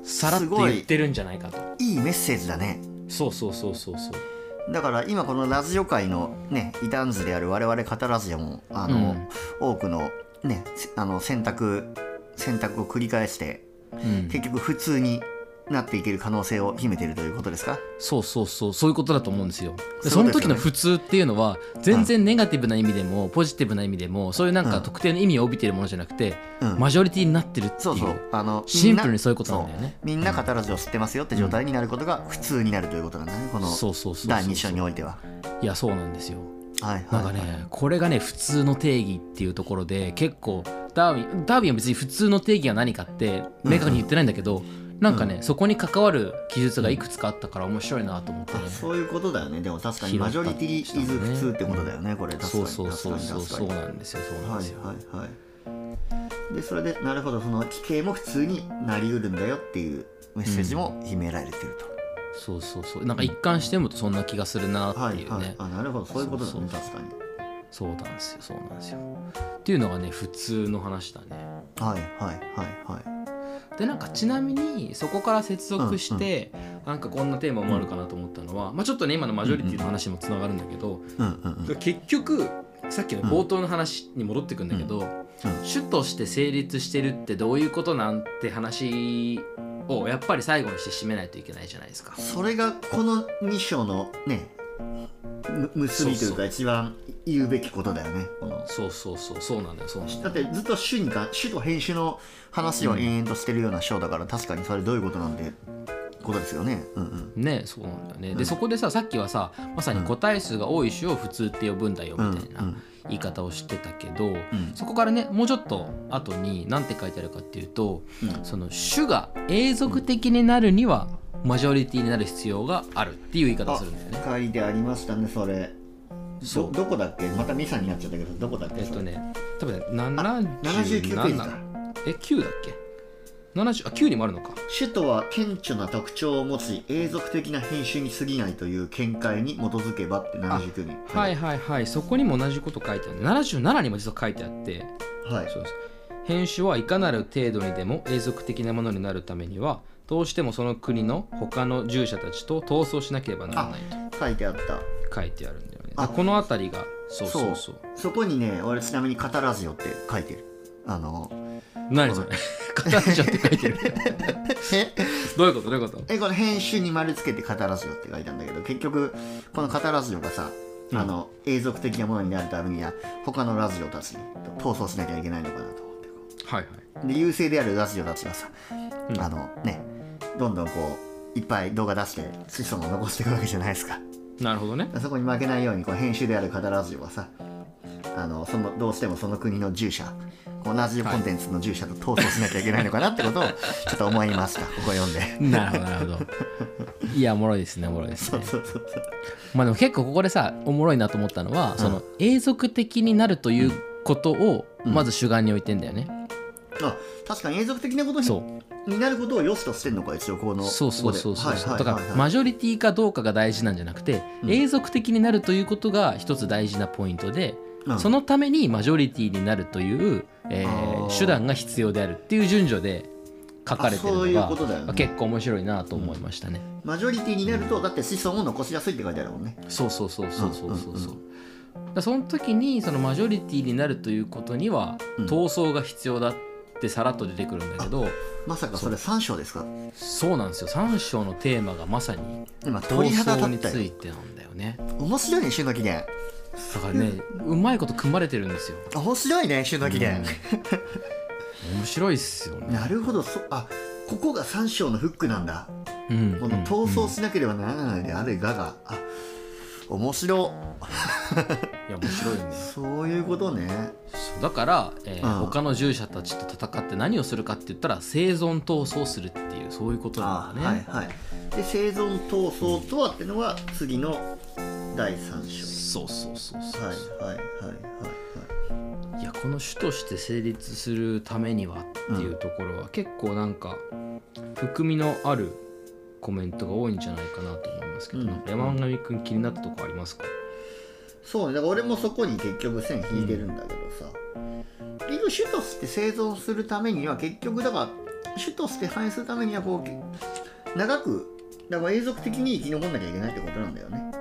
S2: さらっ
S1: す
S2: と
S1: ごい
S2: 言ってるんじゃないかと。
S1: いいメッセージだね
S2: そうそうそうそうそう。
S1: だから今このラジオ界のね異端児である我々語らずやもあの、多くのねせあの選択選択を繰り返して
S2: うん、
S1: 結局普通になっていける可能性を秘めてるということですか
S2: そうそうそうそういうことだと思うんですよ。で
S1: そ
S2: そうの
S1: ですよね
S2: 時の普通っていうのは全然ネガティブな意味でもポジティブな意味でもそういうなん
S1: う
S2: か
S1: ん
S2: 特定の意味を帯びてるものじゃなくて
S1: うん
S2: マジョリティになってるっていう
S1: そうそうあの
S2: シンプ
S1: み
S2: ル
S1: ん
S2: に
S1: な
S2: そういうことなんだよね。
S1: みんな語らずを知ってますよって状態になることが普通になるということなんだねこの
S2: そうそうそうそう
S1: 第2章においては。
S2: いやそうなんですよ。
S1: はいは
S2: なん
S1: いはい、
S2: かねこれがね普通の定義っていうところで結構ダーウィンダーウィンは別に普通の定義は何かって明確に言ってないんだけど、なんかね、そこに関わる記述がいくつかあったから面白いなと思ってね。
S1: あそういうことだよねでも確かに
S2: 拾った
S1: マジョリティイズ普通ってことだよねこれ確か
S2: そ
S1: に
S2: うそうそうそう
S1: 確か
S2: そ
S1: に
S2: う
S1: 確か
S2: なんですよそう
S1: に
S2: なん
S1: は
S2: ですよ。
S1: いはいはいでそれでなるほどその地形も普通になりうるんだよっていうメッセージも秘められてると、
S2: そうそうそうなんか一貫してもとそんな気がするな
S1: は
S2: って
S1: い
S2: いうね、
S1: はいあなるほどそういうことだね
S2: そうそう
S1: 確かに
S2: そうなんですよそうなんですよっていうのがね普通の話だね
S1: はいはいはいはい
S2: でなんかちなみにそこから接続して、なんかこんなテーマもあるかなと思ったのは、まあ、ちょっとね今のマジョリティの話にもつながるんだけど、
S1: うんうんうん
S2: 結局さっきの冒頭の話に戻ってくんだけど、種として成立してるってどういうことなんて話をやっぱり最後にして締めないといけないじゃないですか。
S1: それがこの2章のねむ結びという
S2: そうそ
S1: か一番言うべきことだよねこの
S2: そうそうそうそうなんだよそうなんだよ
S1: だってずっと主にか主と編集の話を延々としてるような章だから、確かにそれどういうことなんてことですよね。うんうん。
S2: ねそうなんだよね、
S1: う
S2: で
S1: ん
S2: そこでささっきはさまさに個体数が多い種を普通って呼ぶんだよ
S1: うん
S2: みたいな言い方をしてたけど、
S1: うん
S2: そこからねもうちょっと後に何て書いてあるかっていうと、
S1: うん
S2: その種が永続的になるにはマジョリティになる必要があるっていう言い方をするんだよね。
S1: 書いてありましたねそれ。
S2: そう
S1: どどこだっけまたミサになっちゃったけどどこだっけ
S2: えっと
S1: それ
S2: ね多分ね7
S1: 79ページだ
S2: え9だっけ70あ9にもあるのか
S1: 首都は顕著な特徴を持ち永続的な編集に過ぎないという見解に基づけばって79年
S2: はいはいはいそこにも同じこと書いてある77にも実は書いてあって
S1: はい、
S2: そうです編集はいかなる程度にでも永続的なものになるためにはどうしてもその国の他の従者たちと闘争しなければならない
S1: 書いてあった
S2: と書いてあるんだよね
S1: あ
S2: この辺りがそうそうそう
S1: そこにね俺ちなみに「語らずよ」って書いてるあの
S2: 何それ 語らじゃって書いてる
S1: え
S2: どういうことどういうこと
S1: えこの編集に丸つけて「語らずよ」って書いたんだけど結局この「語らずよ」がさ、
S2: うん
S1: あの永続的なものになるためには他のラジオたちに闘争しなきゃいけないのかなと思って
S2: はいはい
S1: で優勢であるラジオたちがさ、
S2: うん
S1: あのねどんどんこういっぱい動画出して子孫を残していくわけじゃないですか
S2: なるほどね
S1: そこに負けないようにこう編集であるカタラジオはさあのそのどうしてもその国の従者こうラジオコンテンツの従者と闘争しなきゃいけないのかなってことをちょっと思いましたここ読んで
S2: なるほど なるほどいやおもろいですねおもろいです
S1: そう
S2: ね
S1: そうそうそう
S2: まあでも結構ここでさおもろいなと思ったのは、その永続的になるということを
S1: うん
S2: まず主眼に置いてんだよね、
S1: あ確かに永続的なことに
S2: そう
S1: になることを良しとしてんのか一応この
S2: そうそうそうそう
S1: ここで
S2: だからマジョリティかどうかが大事なんじゃなくて、
S1: うん
S2: 永続的になるということが一つ大事なポイントで、
S1: うん
S2: そのためにマジョリティになるという、えー
S1: あー
S2: 手段が必要であるっていう順序で書かれてる
S1: あそう
S2: の
S1: いう
S2: が
S1: ことだよね
S2: まあ結構面白いなと思いましたね、
S1: マジョリティになるとだって子孫を残しやすいって書いてあるもんね
S2: そうそうそうそうそうそうそう、
S1: うんうんうん
S2: だからその時にそのマジョリティになるということには
S1: うん
S2: 闘争が必要だってさらっと出てくるんだけど、
S1: まさかそれ3章ですか
S2: そうなんですよ3章のテーマがまさに
S1: 今
S2: 闘
S1: 鳥肌立
S2: 争に
S1: っ
S2: つ
S1: たよ
S2: いてなんだよね
S1: 面白いね週の起源
S2: だからね、うまいこと組まれてるんですよ。
S1: 面白いね週の起源、
S2: 面白いっすよね。
S1: なるほどそあここが3章のフックなんだ
S2: うん
S1: この闘争しなければならないであるがが、あ面白
S2: いや面白いよね。
S1: そういうことね
S2: そうだから、えー
S1: うん
S2: 他の従者たちと戦って何をするかって言ったら生存闘争をするっていうそういうことな
S1: あ
S2: んだね。
S1: はいはいで生存闘争とはってのは次の第3章
S2: そうそうそうそう。
S1: はいはいはい
S2: いやこの主として成立するためにはっていうところは結構なんか含みのあるコメントが多いんじゃないかなと思いますけど、
S1: うん
S2: なんか山上くん気になったとこありますか？
S1: そうねだから俺もそこに結局線引いてるんだけどさ、結局主として生存するためには結局だから主として反映するためにはこう長くだから永続的に生き残んなきゃいけないってことなんだよね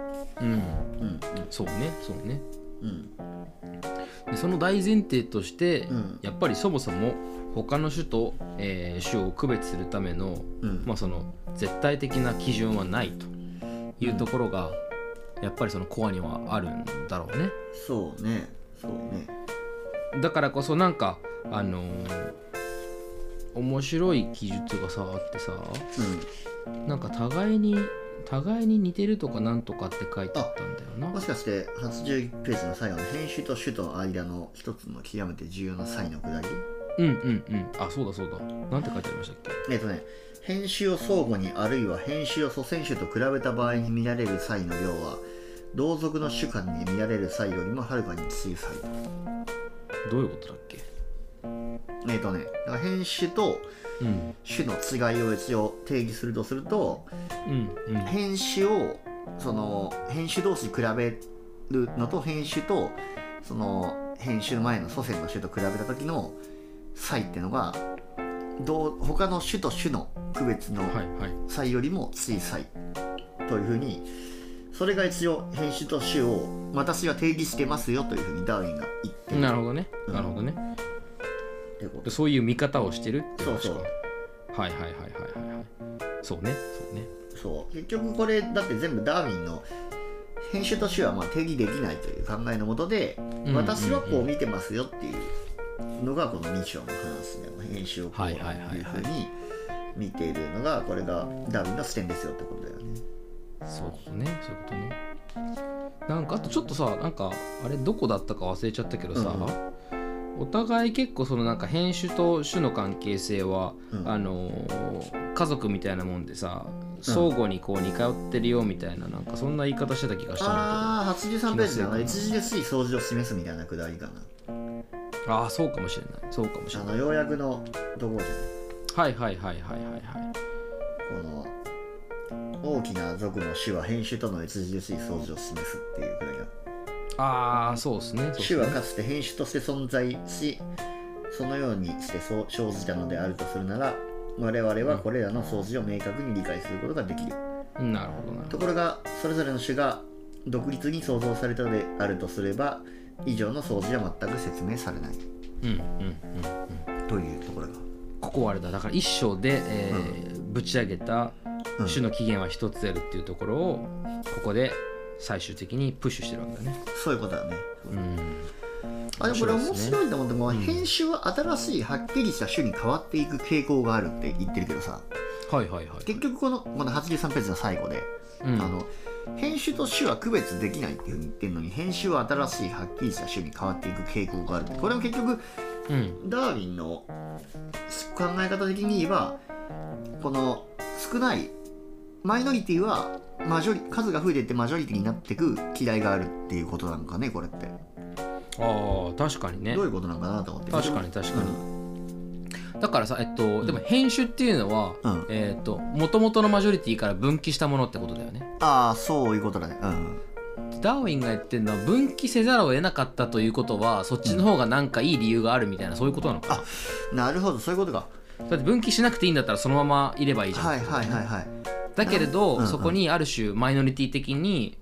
S2: うん。
S1: うん
S2: そうねそうね。
S1: うんうん
S2: でその大前提として、
S1: うん
S2: やっぱりそもそも他の種と、えー種を区別するための,、
S1: うん
S2: まあ、その絶対的な基準はないというところが、やっぱりそのコアにはあるんだろうね
S1: そうねそうね
S2: だからこそなんかあのー面白い記述がさあってさなんか互いに互いに似てるとかなんとかって書いてあったんだよ
S1: う
S2: なん
S1: もしかして81ページの最後の編集と首都の間の一つの極めて重要な際の下り
S2: うんうんうんあそうだそうだなんて書いてありましたっけ
S1: えっとね編集を相互にあるいは編集を祖先種と比べた場合に見られる際の量は同族の種間に見られる際よりもはるかに小さい
S2: どういうことだっけ
S1: えっとねだから編集と
S2: うん
S1: 種の違いを一応定義するとすると
S2: うんうん
S1: 編集をその編集同士比べるのと編集とその編集前の祖先の種と比べた時の差異っていうのがどう他の種と種の区別の
S2: はいはい
S1: 差異よりも小さいというふうにそれが一応編集と種を私は定義してますよというふうにダーウィンが言ってる
S2: なるほどね、
S1: うん
S2: なるほどね
S1: ってこと
S2: でそういう見方をしてるって
S1: そう
S2: 話
S1: そ
S2: か
S1: う
S2: はいはいはいはいはいはいそうねそうね
S1: そう結局これだって全部ダーウィンの編集と種はまあ定義できないという考えのもとで、
S2: うん
S1: 私はこう見てますよっていうのがこのミッションの話でも編集をこう
S2: はいいはいはいはいう
S1: ふうに見ているのがこれがダーウィンの視点ですよってことだよね。
S2: そういうことねそういうことねなんかあとちょっとさなんかあれどこだったか忘れちゃったけどさ、お互い結構そのなんか編集と種の関係性は、
S1: うん
S2: あのー家族みたいなもんでさ相互にこう似通ってるよみたいななんかそんな言い方してた気がしたんだ
S1: ああ83ページだな著しい掃除を示すみたいなくだりかな
S2: けどああーそうかもしれないそうかもしれ
S1: あ
S2: ない
S1: の要約のところじゃない
S2: はいはいはいはいはいはい
S1: この大きな族の種は編集との著しい相似を示すっていうくらいが
S2: ああそうですねそうっす
S1: 種
S2: ね
S1: はかつて編集として存在しそのようにしてそう生じたのであるとするなら我々はこれらの相似を明確に理解することができる
S2: うんなるほどなる
S1: と
S2: ほ
S1: ころがそれぞれの種が独立に創造されたのであるとすれば以上の相似は全く説明されない
S2: どうんうんうん
S1: というところが
S2: ここはあれだだから一章で、えーぶち上げた
S1: うん
S2: 種の起源は一つであるっていうところをここで最終的にプッシュしてるわけだね。
S1: そういうことだね
S2: うん
S1: あでもこれ面白
S2: い
S1: いと思っても、編集は新しいはっきりした種に変わっていく傾向があるって言ってるけどさ
S2: はいはいはい。
S1: 結局このこの83ページの最後で、
S2: うん
S1: あの編集と種は区別できないっていうふうに言ってるのに編集は新しいはっきりした種に変わっていく傾向があるってこれも結局
S2: うん
S1: ダーウィンの考え方的に言えばこの少ないマイノリティはマジョリ数が増えていってマジョリティになっていく嫌いがあるっていうことなんかねこれって
S2: ああ確かにね
S1: どういうことなんかなと思って
S2: 確かに確かに。だからさえっとでも編集っていうのは、
S1: うん
S2: えーっと元々のマジョリティから分岐したものってことだよね。
S1: ああそういうことだねうん
S2: ダーウィンが言ってるのは分岐せざるを得なかったということはそっちの方がなんかいい理由があるみたいなそういうことなのか
S1: なるほどそういうことか
S2: だって分岐しなくていいんだったらそのままいればいいじゃん、
S1: はいはいはいはい
S2: だけれど、
S1: うんうん
S2: そこにある種マイノリティ的に、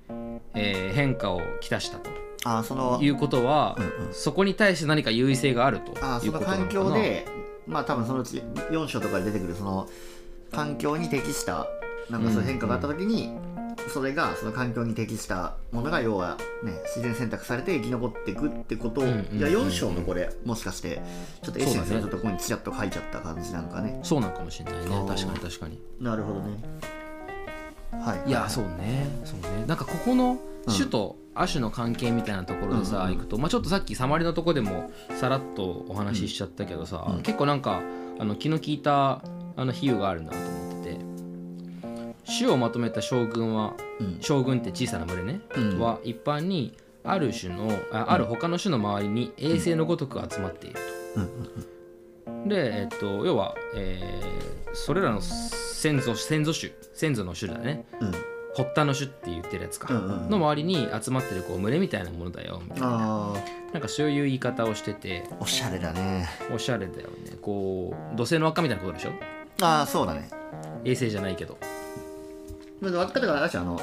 S2: えー変化をきたしたと
S1: ああその
S2: いうことは、
S1: うんうん
S2: そこに対して何か優位性があると
S1: あーそ
S2: い
S1: う
S2: こ
S1: の
S2: となの
S1: 環
S2: かな
S1: 境でまあ多分そのうち4章とかで出てくるその環境に適したなんかそういう変化があった時に、それがその環境に適したものが要はね自然選択されて生き残っていくってことを、
S2: うんうんうんうん
S1: いや4章のこれもしかしてちょっとエッセンス
S2: そうだ
S1: の
S2: ね
S1: ちょっとここにちらっと書いちゃった感じなんかね
S2: そうなのかもしれないね
S1: あー
S2: 確かに確かに
S1: なるほどねはい
S2: いやそうねそうねなんかここの
S1: うん
S2: 種と亜種の関係みたいなところでさ、
S1: うんうんうん
S2: いくと、まあ、ちょっとさっきサマリのとこでもさらっとお話ししちゃったけどさ、
S1: うんうん
S2: 結構なんかあの気の利いたあの比喩があるなと思ってて種をまとめた将軍は
S1: うん
S2: 将軍って小さな群れね、
S1: うん
S2: は一般にある種のあある他の種の周りに衛星のごとく集まっている
S1: うん
S2: と。で、えっと、要は、えーそれらの先祖先祖種先祖の種だね
S1: うん
S2: 発端の種って言ってるやつか、
S1: うんうんうん
S2: の周りに集まってるこう群れみたいなものだよみたいな
S1: あ
S2: なんかそういう言い方をしてて
S1: ーおしゃれだね
S2: おしゃれだよねこう土星の輪っかみたいなことでしょ
S1: ああそうだね
S2: 衛星じゃないけど
S1: まず分かったから私あの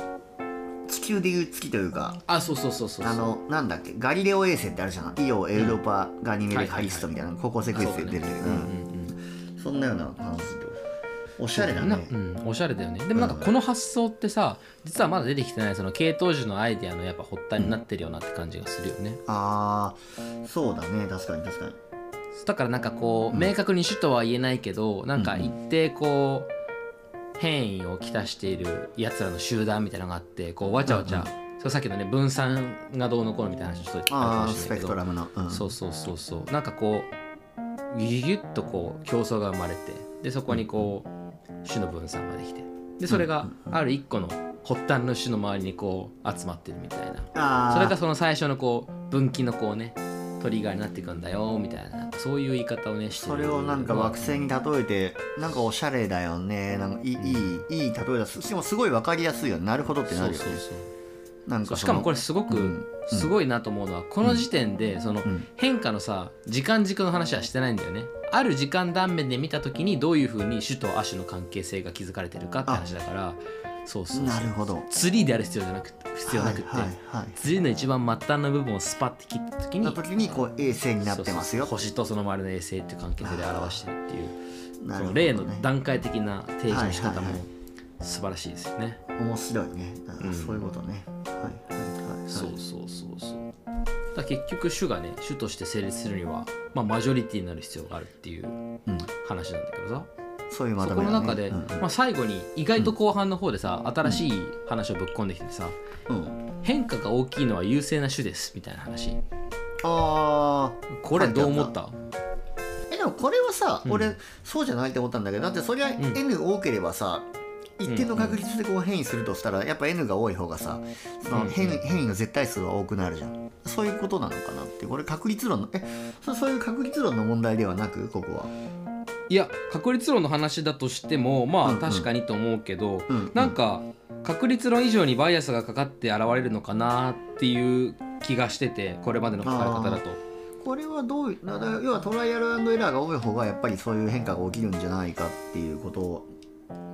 S1: 地球でいう月というか
S2: あそうそうそうそうそう
S1: あのなんだっけガリレオ衛星ってあるじゃんイオエウロパ、ガニメデカリストみたいな高校生クイズで出てるけど
S2: そうだねうんうんうん
S1: そんなような感じでおしゃれだ
S2: な
S1: ね
S2: うん、おしゃれだよねでもなんかこの発想ってさ実はまだ出てきてないその系統樹のアイデアのやっぱ発端になってるようなって感じがするよね、
S1: あーそうだね確かに確かに
S2: だからなんかこう、明確に種とは言えないけどなんか一定こう変異をきたしているやつらの集団みたいなのがあってこうわちゃわちゃ、そうさっきのね分散がどうのこうのみたいな話をしといて
S1: ああスペクトラムの、うん、
S2: そうそうそうそうなんかこうギュギュギュッとこう競争が生まれてでそこにこう種の分散ができてでそれがある一個の発端の種の周りにこう集まってるみたいな
S1: あ
S2: それ
S1: あ
S2: がその最初のこう分岐のこうねトリガーになっていくんだよみたいなそういう言い方をねして
S1: それをなんか惑星に例えてなんかおしゃれだよねなんかいいいいいい例えだししかもすごい分かりやすいよねなるほどってな
S2: そう
S1: るよ
S2: そう
S1: ね
S2: そう
S1: なん
S2: そ
S1: か
S2: うしかもこ
S1: れ
S2: れすご
S1: う
S2: く
S1: ん
S2: すごいなと思うのはこの時点でその
S1: うん
S2: 変化のさ時間軸の話はしてないんだよねある時間断面で見た時にどういうふうに種と亜種の関係性が築かれてるかって話だからそうそう
S1: な
S2: そ
S1: る
S2: う
S1: ほど
S2: ツリーである必要じゃなくて必要なくって、
S1: はいはいはい
S2: ツリーの一番末端の部分をスパッて切った時に
S1: の時にこう衛星になってますよ
S2: そうそう星とその周りの衛星っていう関係性で表してるっていう、
S1: な
S2: そ
S1: るほど
S2: の例
S1: ね
S2: の段階的な提示の仕方も
S1: はいはいは
S2: 素晴らしいですよね、
S1: 面白いね、うん
S2: うん
S1: そういうことねはいはいはい
S2: そうそうそうそうだから結局種がね種として成立するには、まあ、マジョリティになる必要があるっていう
S1: うん
S2: 話なんだけどさ、
S1: そういうま
S2: そ
S1: と
S2: こ
S1: めだ、ね、
S2: の中で、
S1: うん
S2: まあ、最後に意外と後半の方でさ、新しい話をぶっ込んできてさ
S1: うん
S2: 変化が大きいのは優勢な種ですみたいな話
S1: あ
S2: これどう思った
S1: ーえでもこれはさ、
S2: うん
S1: 俺そうじゃないって思ったんだけどだってそりゃ
S2: ん
S1: N 多ければさ、一定の確率でこう変異するとしたらやっぱ N が多い方がさその変,、
S2: うんうん
S1: 変異の絶対数は多くなるじゃんそういうことなのかなってこれ確率論のえそそういう確率論の問題ではなくここは、
S2: いや確率論の話だとしてもま
S1: うん
S2: あ
S1: うん
S2: 確かにと思うけど、
S1: うんうん
S2: なんか確率論以上にバイアスがかかって現れるのかなっていう気がしててこれまでの関わり方だと。
S1: これはどういうなだ要はトライアルエラーが多い方がやっぱりそういう変化が起きるんじゃないかっていうこと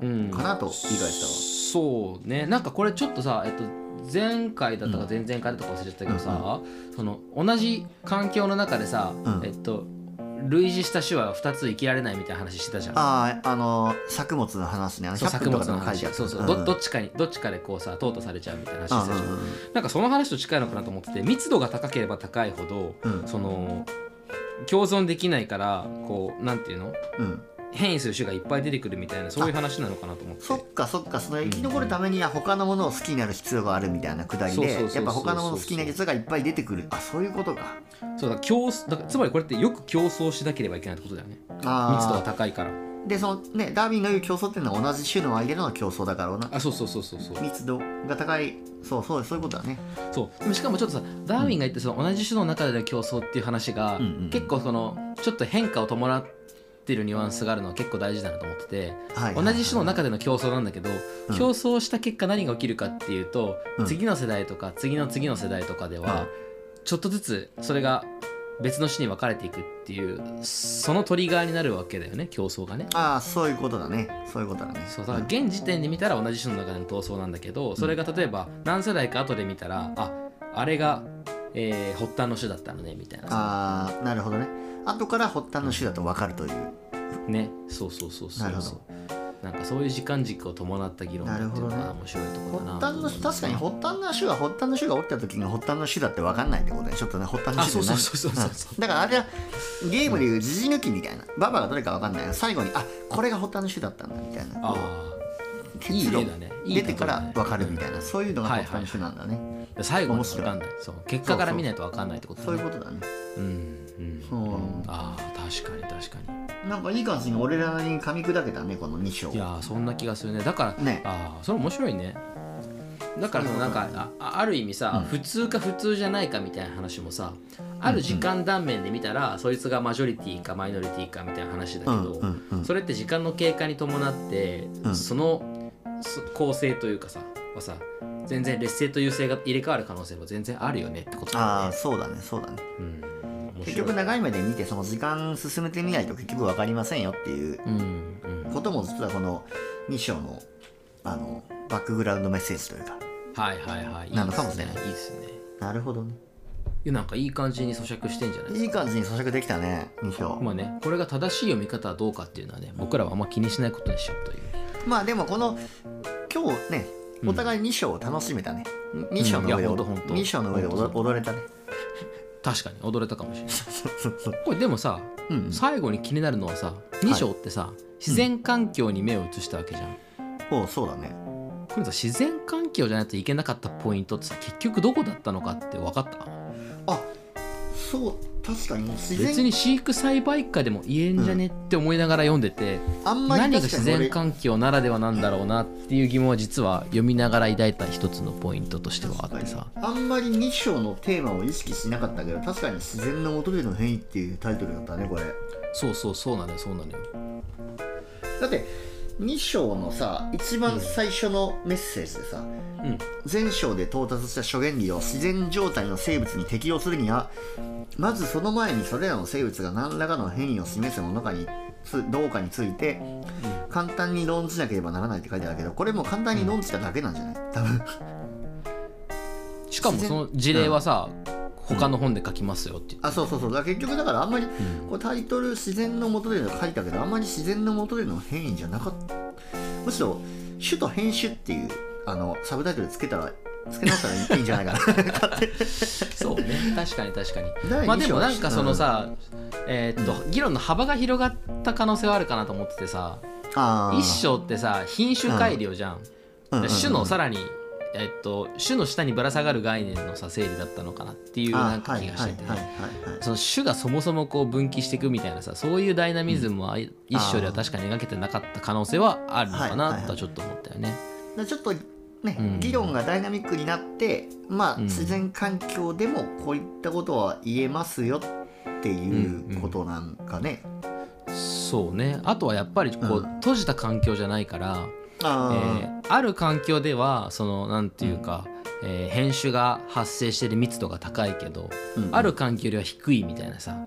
S2: うん
S1: かなと理解したわ
S2: そうねなんかこれちょっとさ、えっと、前回だったか前々回だったか忘れちゃったけどさ、その同じ環境の中でさ、
S1: うん
S2: えっと類似した種は2つ生きられないみたいな話してたじゃん。
S1: あああの作物の話ねあの
S2: そう
S1: 100
S2: 作
S1: 分と
S2: 物
S1: かで
S2: の
S1: も書い
S2: 話
S1: てある
S2: そうそう、
S1: ん
S2: どどっちかにどっちかでこうさ淘汰されちゃうみたいな話してたじゃん、
S1: うんうん
S2: なんかその話と近いのかなと思ってて密度が高ければ高いほど
S1: うん
S2: その共存できないからこうなんていうの
S1: うんうん
S2: 変異する種がいっぱい出てくるみたいなそういう話なのかなと思って
S1: そっかそっかその生き残るためには他のものを好きになる必要があるみたいなくだり
S2: そうそうそう
S1: で
S2: そう
S1: やっぱ他のもの好きなやつがいっぱい出てくるあそういうことか
S2: そうだ競争だからつまりこれってよく競争しなければいけないってことだよね密度が
S1: あ
S2: 高いから
S1: ーでそのねダーウィンの言う競争っていうのは同じ種の間での競争だからな
S2: あそうそうそうそうそう
S1: 密度が高いそうそうそういうことだね
S2: そうでもしかもちょっとさダーウィンが言ってその同じ種の中での競争っていう話が、
S1: うんうんうん
S2: 結構そのちょっと変化を伴ってるニュアンスがあるのは結構大事だなと思ってて
S1: はい
S2: 同じ種の中での競争なんだけど、
S1: うん
S2: 競争した結果何が起きるかっていうと、
S1: うん
S2: 次の世代とか次の次の世代とかでは、
S1: うん
S2: ちょっとずつそれが別の種に分かれていくっていうそのトリガーになるわけだよね競争がね。
S1: ああそういうことだねそういうことだね
S2: そうだから現時点で見たら同じ種の中での闘争なんだけどそれが例えば何世代か後で見たらああれが、えー、発端の種だったのねみたいなさ
S1: ああなるほどね後から発端の種だと分かるという
S2: ねそうそうそうそう
S1: なるほど
S2: そうなんかそういう時間軸を伴った議論だっていう
S1: なるほ
S2: の
S1: ど
S2: が
S1: ね
S2: 面白いとこ
S1: 発
S2: ろだなと
S1: 端
S2: 思
S1: の
S2: います
S1: 種確かに発端の種は発端の種が起きた時に発端の種だって分かんないってことねちょっとね発端の
S2: あ
S1: 種
S2: そう
S1: で
S2: そ
S1: 何
S2: うそうそうそうそう
S1: うんだからあれはゲームでいう時事抜きみたいなババがどれか分かんない最後にあこれが発端の種だったんだみたいな
S2: あ
S1: こう
S2: あいい
S1: 結
S2: 例
S1: 論
S2: だねいい
S1: 出
S2: 例
S1: てから分かるみたい
S2: な
S1: なそういうのが
S2: はい
S1: 発端の種なんだね
S2: 最後ま
S1: 面
S2: で
S1: 白い
S2: 分かんないそう結果から見ないと分かんないってこと
S1: そういうことだね
S2: とうんうん
S1: そう
S2: うんああ確かに確かに
S1: なんかいい感じに俺らに噛み砕けたねこの2章
S2: いやーそんな気がするねだから
S1: ね
S2: ああそれ面白いねだからその
S1: そ
S2: な
S1: ういう
S2: ん
S1: こと
S2: かああある意味さ、
S1: うん
S2: 普通か普通じゃないかみたいな話もさある時間断面で見たら、そいつがマジョリティかマイノリティかみたいな話だけ
S1: う
S2: ど、
S1: んうんうん
S2: それって時間の経過に伴って、
S1: うん
S2: そのそ構成というかさはさ全然劣勢と優勢が入れ替わる可能性も全然あるよねってことだ
S1: あ
S2: よ
S1: あ
S2: ね。
S1: そうだねそうだね
S2: うん、面白い
S1: 結局長い目で見てその時間進めてみないと結局分かりませんよっていう
S2: うんうん、
S1: ことも実はこの2章のあのバックグラウンドメッセージというか
S2: はいはいはい。
S1: なのかもしれない
S2: いいですね。いいですね
S1: なるほどね
S2: いやなんかいい感じに咀嚼してんじゃないです
S1: いい感じに咀嚼できたね2
S2: か。
S1: 章
S2: まあね、これが正しい読み方はどうかっていうのはね、僕らはあんま気にしないことにしようという。
S1: まあでもこの今日ねお互い2章を楽しめたね、2章の上
S2: い
S1: で
S2: やほんとほんと
S1: 2章の上で
S2: ほん
S1: 踊
S2: と
S1: 踊れたね
S2: 確かに踊れたかもしれない。
S1: そうそうそう
S2: これでもさ、
S1: うん
S2: 最後に気になるのはさ、2章ってさ、自然環境に目を移したわけじゃん。
S1: おうそうだね
S2: これさ自然環境じゃないといけなかったポイントってさ結局どこだったのかって分かった
S1: あそう確かに自
S2: 別
S1: 然
S2: に飼育栽培下でも言えんじゃねって思いながら読んでて、
S1: あんま
S2: 何
S1: り
S2: が
S1: 確か
S2: 自
S1: に俺
S2: 然環境ならではなんだろうなっていう疑問は実は読みながら抱いた一つのポイントとしてはあってさ
S1: あんまり2章のテーマを意識しなかったけど確かに「自然の元での変異」っていうタイトルだったねこれ
S2: そうそうそうなのよそうなのよ
S1: だって2章のさ一番最初のメッセージでさ、
S2: うん
S1: 前章で到達した諸原理を自然状態の生物に適用するにはまずその前にそれらの生物が何らかの変異を示すものかにつどうかについて簡単に論じなければならないって書いてあるけどこれもう簡単に論じただけなんじゃない多分
S2: しかもその事例はさ、他の本で書きますよっていう
S1: あそうそうそうだから結局だからあんまりこうタイトル「自然の元で」の書いたけどあんまり自然の元での変異じゃなかったむしろ「種と変種」っていうあのサブタイトルつけたらつけ直したらいいんじゃないかな
S2: そうね確かに確 かに
S1: 第二
S2: まあでも
S1: 章
S2: なんかそのさ、えーっと、議論の幅が広がった可能性はあるかなと思っててさ、
S1: あー
S2: 一章ってさ品種改良じゃん、
S1: うんうん
S2: で
S1: うん
S2: 種のさらに、えっと、種の下にぶら下がる概念のさ整理だったのかなっていう
S1: あ
S2: なんか
S1: はい
S2: 気がしてて、
S1: はいはいはいはい
S2: その種がそもそもこう分岐していくみたいなさそういうダイナミズムは一章で
S1: あー
S2: は確かに描けてなかった可能性はあるのか
S1: はい
S2: な
S1: はい
S2: とはちょっと思ったよね。
S1: でちょっとね、
S2: うん
S1: 議論がダイナミックになって、まあ、
S2: うん
S1: 自然環境でもこういったことは言えますよっていうことなんかね。
S2: そうねあとはやっぱりこう、
S1: うん
S2: 閉じた環境じゃないから、え
S1: あ
S2: ーある環境ではそのなんていうか、えー変種が発生してる密度が高いけど、
S1: ーうん
S2: ある環境よりは低いみたいなさ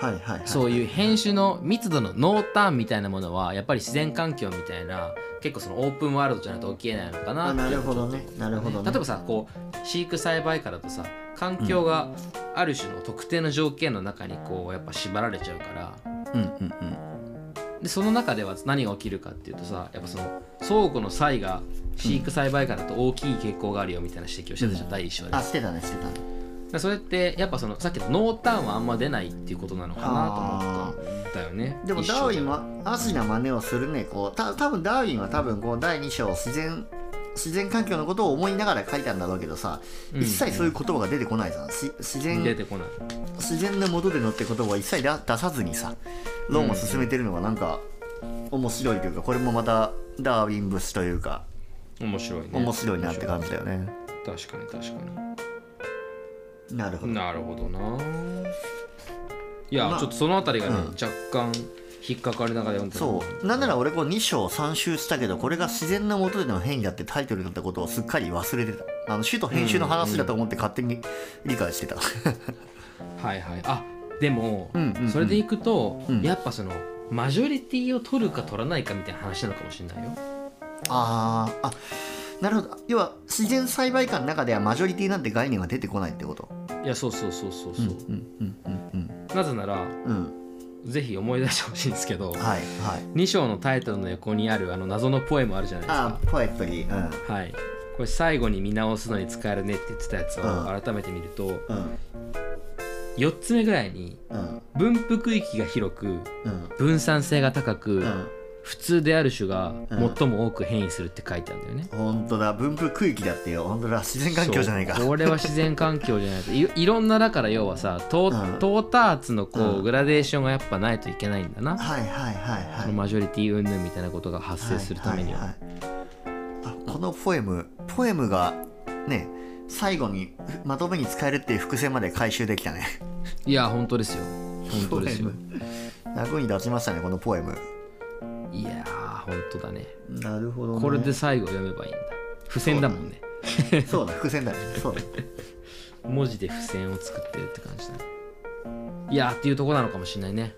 S1: はいはいはい、
S2: そういう編集の密度の濃淡みたいなものはやっぱり自然環境みたいな結構そのオープンワールドじゃないと起きえないのかな
S1: あ
S2: って
S1: なるほどねなるほどね
S2: 例えばさこう飼育栽培下だとさ環境がある種の特定の条件の中にこうやっぱ縛られちゃうから
S1: うんうんうん
S2: でその中では何が起きるかっていうとさやっぱその倉庫の差異が飼育栽培下だと大きい傾向があるよみたいな指摘をしてたじゃん、
S1: うん
S2: 第一章で
S1: あしてたねしてたね
S2: でそれってやっぱそのさっきの濃淡はあんま出ないっていうことなのかなと思ったよね
S1: でも
S2: 一章
S1: ダーウィンはアジな真似をするねこうた多分ダーウィンは多分こう第2章自然自然環境のことを思いながら書いたんだろうけどさ、
S2: うん
S1: 一切そういう言葉が出てこないじゃんし自然
S2: 出てこない
S1: 自然の元でのって言葉は一切だ出さずにさ論を進めてるのがなんか面白いというかこれもまたダーウィン節というか
S2: 面白いね
S1: 面白いなって感じだよね
S2: 確かに確か
S1: なるほ
S2: に
S1: ど
S2: なるほどないや、
S1: まあ
S2: ちょっとそのあたりがね、
S1: うん
S2: 若干引っかかりながら読んでた
S1: そうなんなら俺こう2章3周したけどこれが自然の元での変異だってタイトルだったことをすっかり忘れてたあの種と編集の話だと思って勝手に理解してた
S2: はいはいあでも、
S1: うんうんうん
S2: それでいくと、
S1: うん
S2: やっぱそのマジョリティを取るか取らないかみたいな話なのかもしれないよ
S1: あーあなるほど要は自然栽培下の中ではマジョリティなんて概念は出てこないってこと、
S2: いやそうそうそうそうそうう
S1: う
S2: ん
S1: んうんうん
S2: なぜなら
S1: うん
S2: ぜひ思い出してほしいんですけど
S1: うんはいはい
S2: 2章のタイトルの横にあるあの謎のポエムあるじゃないですか
S1: ああポエトリー
S2: はい、これ最後に見直すのに使えるねって言ってたやつ
S1: う
S2: を改めて見ると
S1: うんうん
S2: 4つ目ぐらいに
S1: うん
S2: 分布区域が広く
S1: うん
S2: 分散性が高く、
S1: うん
S2: 普通である種が最も多く変異するって書いてあるんだよね。
S1: 本当だ分布区域だってよ本当だ自然環境じゃないか
S2: そうこれは自然環境じゃないといい ろんなだから要はさト,、
S1: うん
S2: ーターツのこう、
S1: うん
S2: グラデーションがやっぱないといけないんだな、
S1: はいはいはい
S2: こ
S1: はい
S2: のマジョリティ云々みたいなことが発生するためには。
S1: いいいあこのポエムポエムがね最後にふまとめに使えるっていう伏線まで回収できたね
S2: いや本当ですよ本当ですよ
S1: ポ。エム役に立ちましたねこのポエム
S2: いやー本当だね。
S1: なるほど、
S2: これで最後読めばいいんだ付箋だもんね
S1: そうだ伏線だねそうだ
S2: 文字で付箋を作ってるって感じだねいやーっていうとこなのかもしれないね、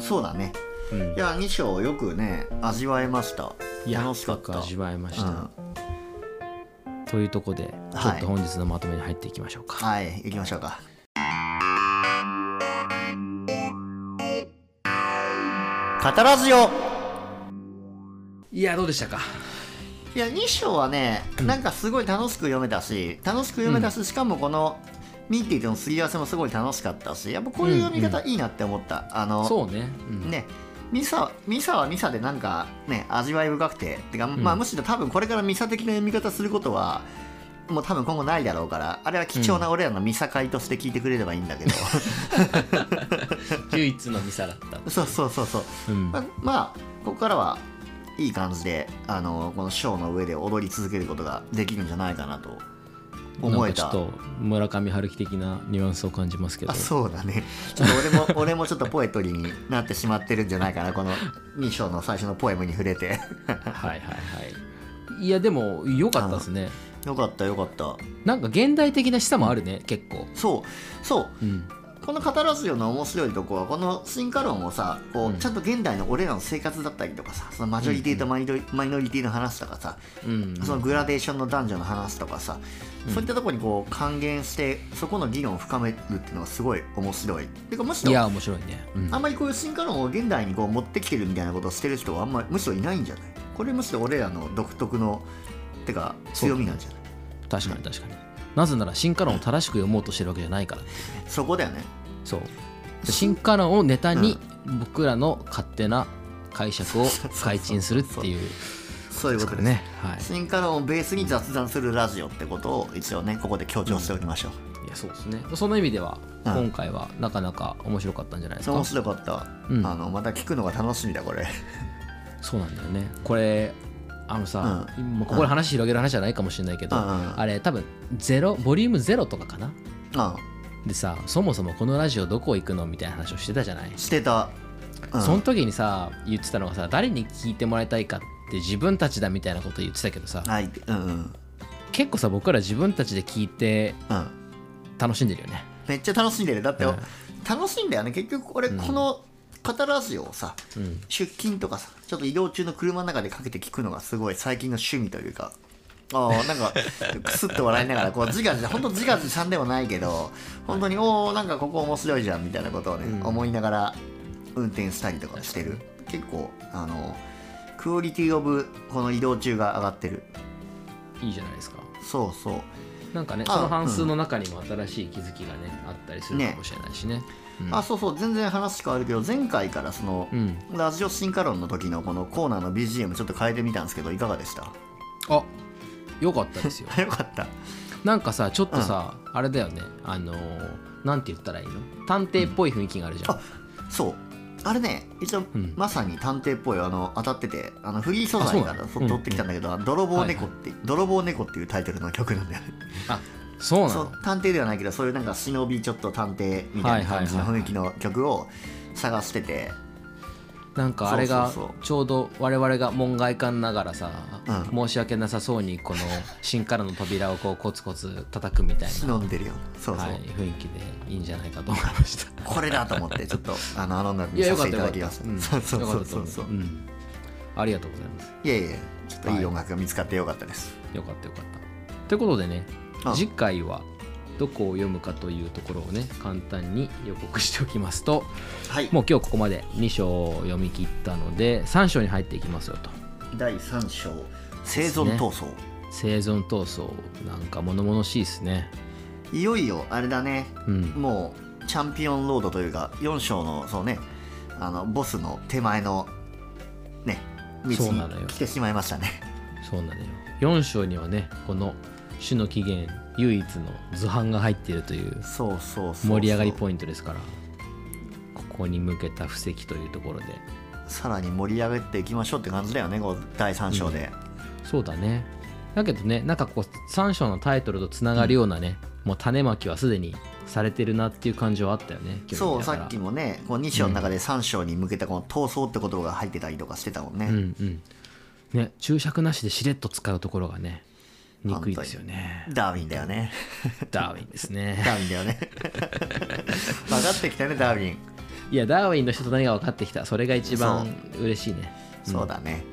S1: そうだね
S2: うん
S1: い、や2章よくね味わえました
S2: いや
S1: 楽しかっ
S2: 深
S1: た
S2: く味わいました、
S1: うん
S2: というとこでちょ
S1: はい
S2: っと本日のまとめに入っていきましょうか、
S1: はい行きましょうか語らずよ
S2: い、やどうでしたか
S1: いや2章はねなんかすごい楽しく読めたし楽しく読めたし、しかもこのミッティとのすり合わせもすごい楽しかったしやっぱこういう読み方いいなって思った、あの
S2: そうね、うん、
S1: ねミサミサはミサでなんかね味わい深くててか、
S2: ん
S1: まあ、むしろ多分これからミサ的な読み方することはもう多分今後ないだろうからあれは貴重な俺らのミサ会として聞いてくれればいいんだ けど、
S2: 唯一のミサだった、
S1: そうそうそうそう
S2: うん
S1: まあまあここからはいい感じであのこのショーの上で踊り続けることができるんじゃないかなと思えた
S2: なんかちょっと村上春樹的なニュアンスを感じますけど
S1: あそうだねちょっと俺も俺もちょっとポエトリーになってしまってるんじゃないかなこの2章の最初のポエムに触れて
S2: はいはいはいいやでも良かったですね
S1: よかったよかった
S2: なんか現代的な示唆もあるね結構
S1: そうそう
S2: うん
S1: この語らずよの面白いとこはこの進化論をさこ
S2: う
S1: うんちゃんと現代の俺らの生活だったりとかさそのマジョリティとマイノリ,、マイノリティの話とかさ
S2: うん
S1: そのグラデーションの男女の話とかさ、そういったところにこう還元してそこの議論を深めるっていうのがすごい面白い。てかむし
S2: い
S1: ろ
S2: や面白いね、うん
S1: あんまりこういう進化論を現代にこう持ってきてるみたいなことをしてる人はあんまりむしろいないんじゃないこれむしろ俺らの独特のてか強みなんじゃない
S2: 確かに確かになぜなら進化論を正しく読もうとしてるわけじゃないから
S1: そこだよね。
S2: そう 進化論をネタに僕らの勝手な解釈 を
S1: そうそう
S2: 改陳するっていう
S1: そういう
S2: です
S1: こ
S2: か
S1: と
S2: ら
S1: です
S2: ね。はい。
S1: 進化論をベースに雑談するラジオってことを一応ねここで強調しておきましょう、
S2: いやそうですね。その意味では
S1: うん
S2: 今回はなかなか面白かったんじゃないですか。
S1: 面白かった、
S2: うん
S1: あのまた聞くのが楽しみだこれ
S2: そうなんだよねこれあのさ、今ここで話広げる話じゃないかもしれないけど、
S1: うんうん
S2: あれ多分ゼロボリュームゼロとかかな
S1: あ
S2: でさそもそもこのラジオどこ行くのみたいな話をしてたじゃない、
S1: してた、うん
S2: その時にさ言ってたのがさ誰に聞いてもらいたいかって自分たちだみたいなこと言ってたけどさ
S1: はいうんうん
S2: 結構さ僕ら自分たちで聞いて
S1: うん
S2: 楽しんでるよね
S1: めっちゃ楽しんでるだって、
S2: うん
S1: 楽しいんだよね結局俺
S2: うん
S1: この片ラジオをさ、
S2: うん
S1: 出勤とかさちょっと移動中の車の中でかけて聞くのがすごい最近の趣味というかあー なんかくすっと笑いながらこう自画自ほんと自画自賛でもないけど本当におおんかここ面白いじゃんみたいなことをね、
S2: うん
S1: 思いながら運転したりとかしてる結構あのクオリティオブこの移動中が上がってる
S2: いいじゃないですか
S1: そうそう
S2: なんかね
S1: あ
S2: その半数の中にも新しい気づきがねあったりするかもしれないしねうん
S1: あそうそう全然話変わるけど前回からその、
S2: うん
S1: ラジオ進化論の時のこのコーナーの BGM ちょっと変えてみたんですけどいかがでした
S2: あよかったですよ
S1: よかった
S2: なんかさちょっとさ、あれだよねあのーなんて言ったらいいの探偵っぽい雰囲気があるじゃん、
S1: あそうあれね一応、
S2: ん
S1: まさに探偵っぽいあの当たっててあのフリー素材から
S2: あそうなの
S1: 取ってきたんだけど「あの泥棒猫」って、泥棒猫」っていうタイトルの曲なんだよね
S2: あそうなの
S1: そう探偵ではないけどそういうなんか忍びちょっと探偵みたいな感じの
S2: はいは
S1: 雰
S2: いはいはい
S1: 囲気の曲を探してて
S2: なんかあれが
S1: そうそうそう
S2: ちょうど我々が門外観ながらさ、
S1: う
S2: 申し訳なさそうにこの芯からの扉をこうコツコツ叩くみたい
S1: 忍んでるよそう
S2: な、
S1: そう、
S2: はい、雰囲気でいいんじゃないかと思いました
S1: これだと思ってちょっとあのあの音楽に
S2: いや
S1: さ
S2: よか
S1: せ
S2: って
S1: いただ
S2: たよかっ
S1: き
S2: た
S1: ます
S2: うん
S1: そうそう
S2: よ
S1: そ
S2: かっ
S1: う
S2: たと
S1: そ
S2: 思
S1: うそう
S2: うんありがとうございます
S1: いやいやちょっといい音楽が見つかってよかったです、
S2: よかったよかった。ということでね
S1: うん
S2: 次回はどこを読むかというところをね簡単に予告しておきますと
S1: はい
S2: もう今日ここまで2章を読み切ったので3章に入っていきますよと
S1: 第3章生存闘争、
S2: 生存闘争なんか物々しいですね
S1: いよいよあれだね
S2: うん
S1: もうチャンピオンロードというか4章のそうねあのボスの手前のね道に
S2: そうなのよ
S1: 来てしまいましたね
S2: そうなのよ4章にはねこの種の起源唯一の図版が入っているという
S1: そうそうそう
S2: 盛り上がり
S1: イン
S2: ポイントですからここに向けた布石というところで
S1: トさらに盛り上げていきましょうって感じだよねこう第3章で、
S2: そうだねだけどねなんかこう3章のタイトルとつながるようなね、もう種まきはすでにされてるなっていう感じはあったよね今日
S1: そう
S2: 見ながら
S1: さっきもねこう2章の中で3章に向けたこの闘争ってことが入ってたりとかしてたもんね、
S2: うんうんね注釈なしでしれっと使うところがね憎いですよね
S1: ダーウィンだよね
S2: ダーウィンです
S1: ダ
S2: ね
S1: ーウィンだよね 分かってきたねダーウィン
S2: いやダーウィンの人と何が分かってきたそれが一番嬉しいね
S1: そうだね、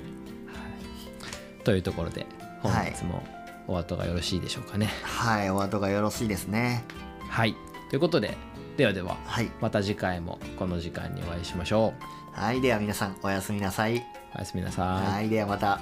S2: というところで本日もお後がよろしいでしょうかね
S1: はいお後がよろしいですね
S2: はい、ということでではでは
S1: はい
S2: また次回もこの時間にお会いしましょ
S1: はいでは皆さんおやすみなさいう
S2: おやすみなさい
S1: はい、ではまた。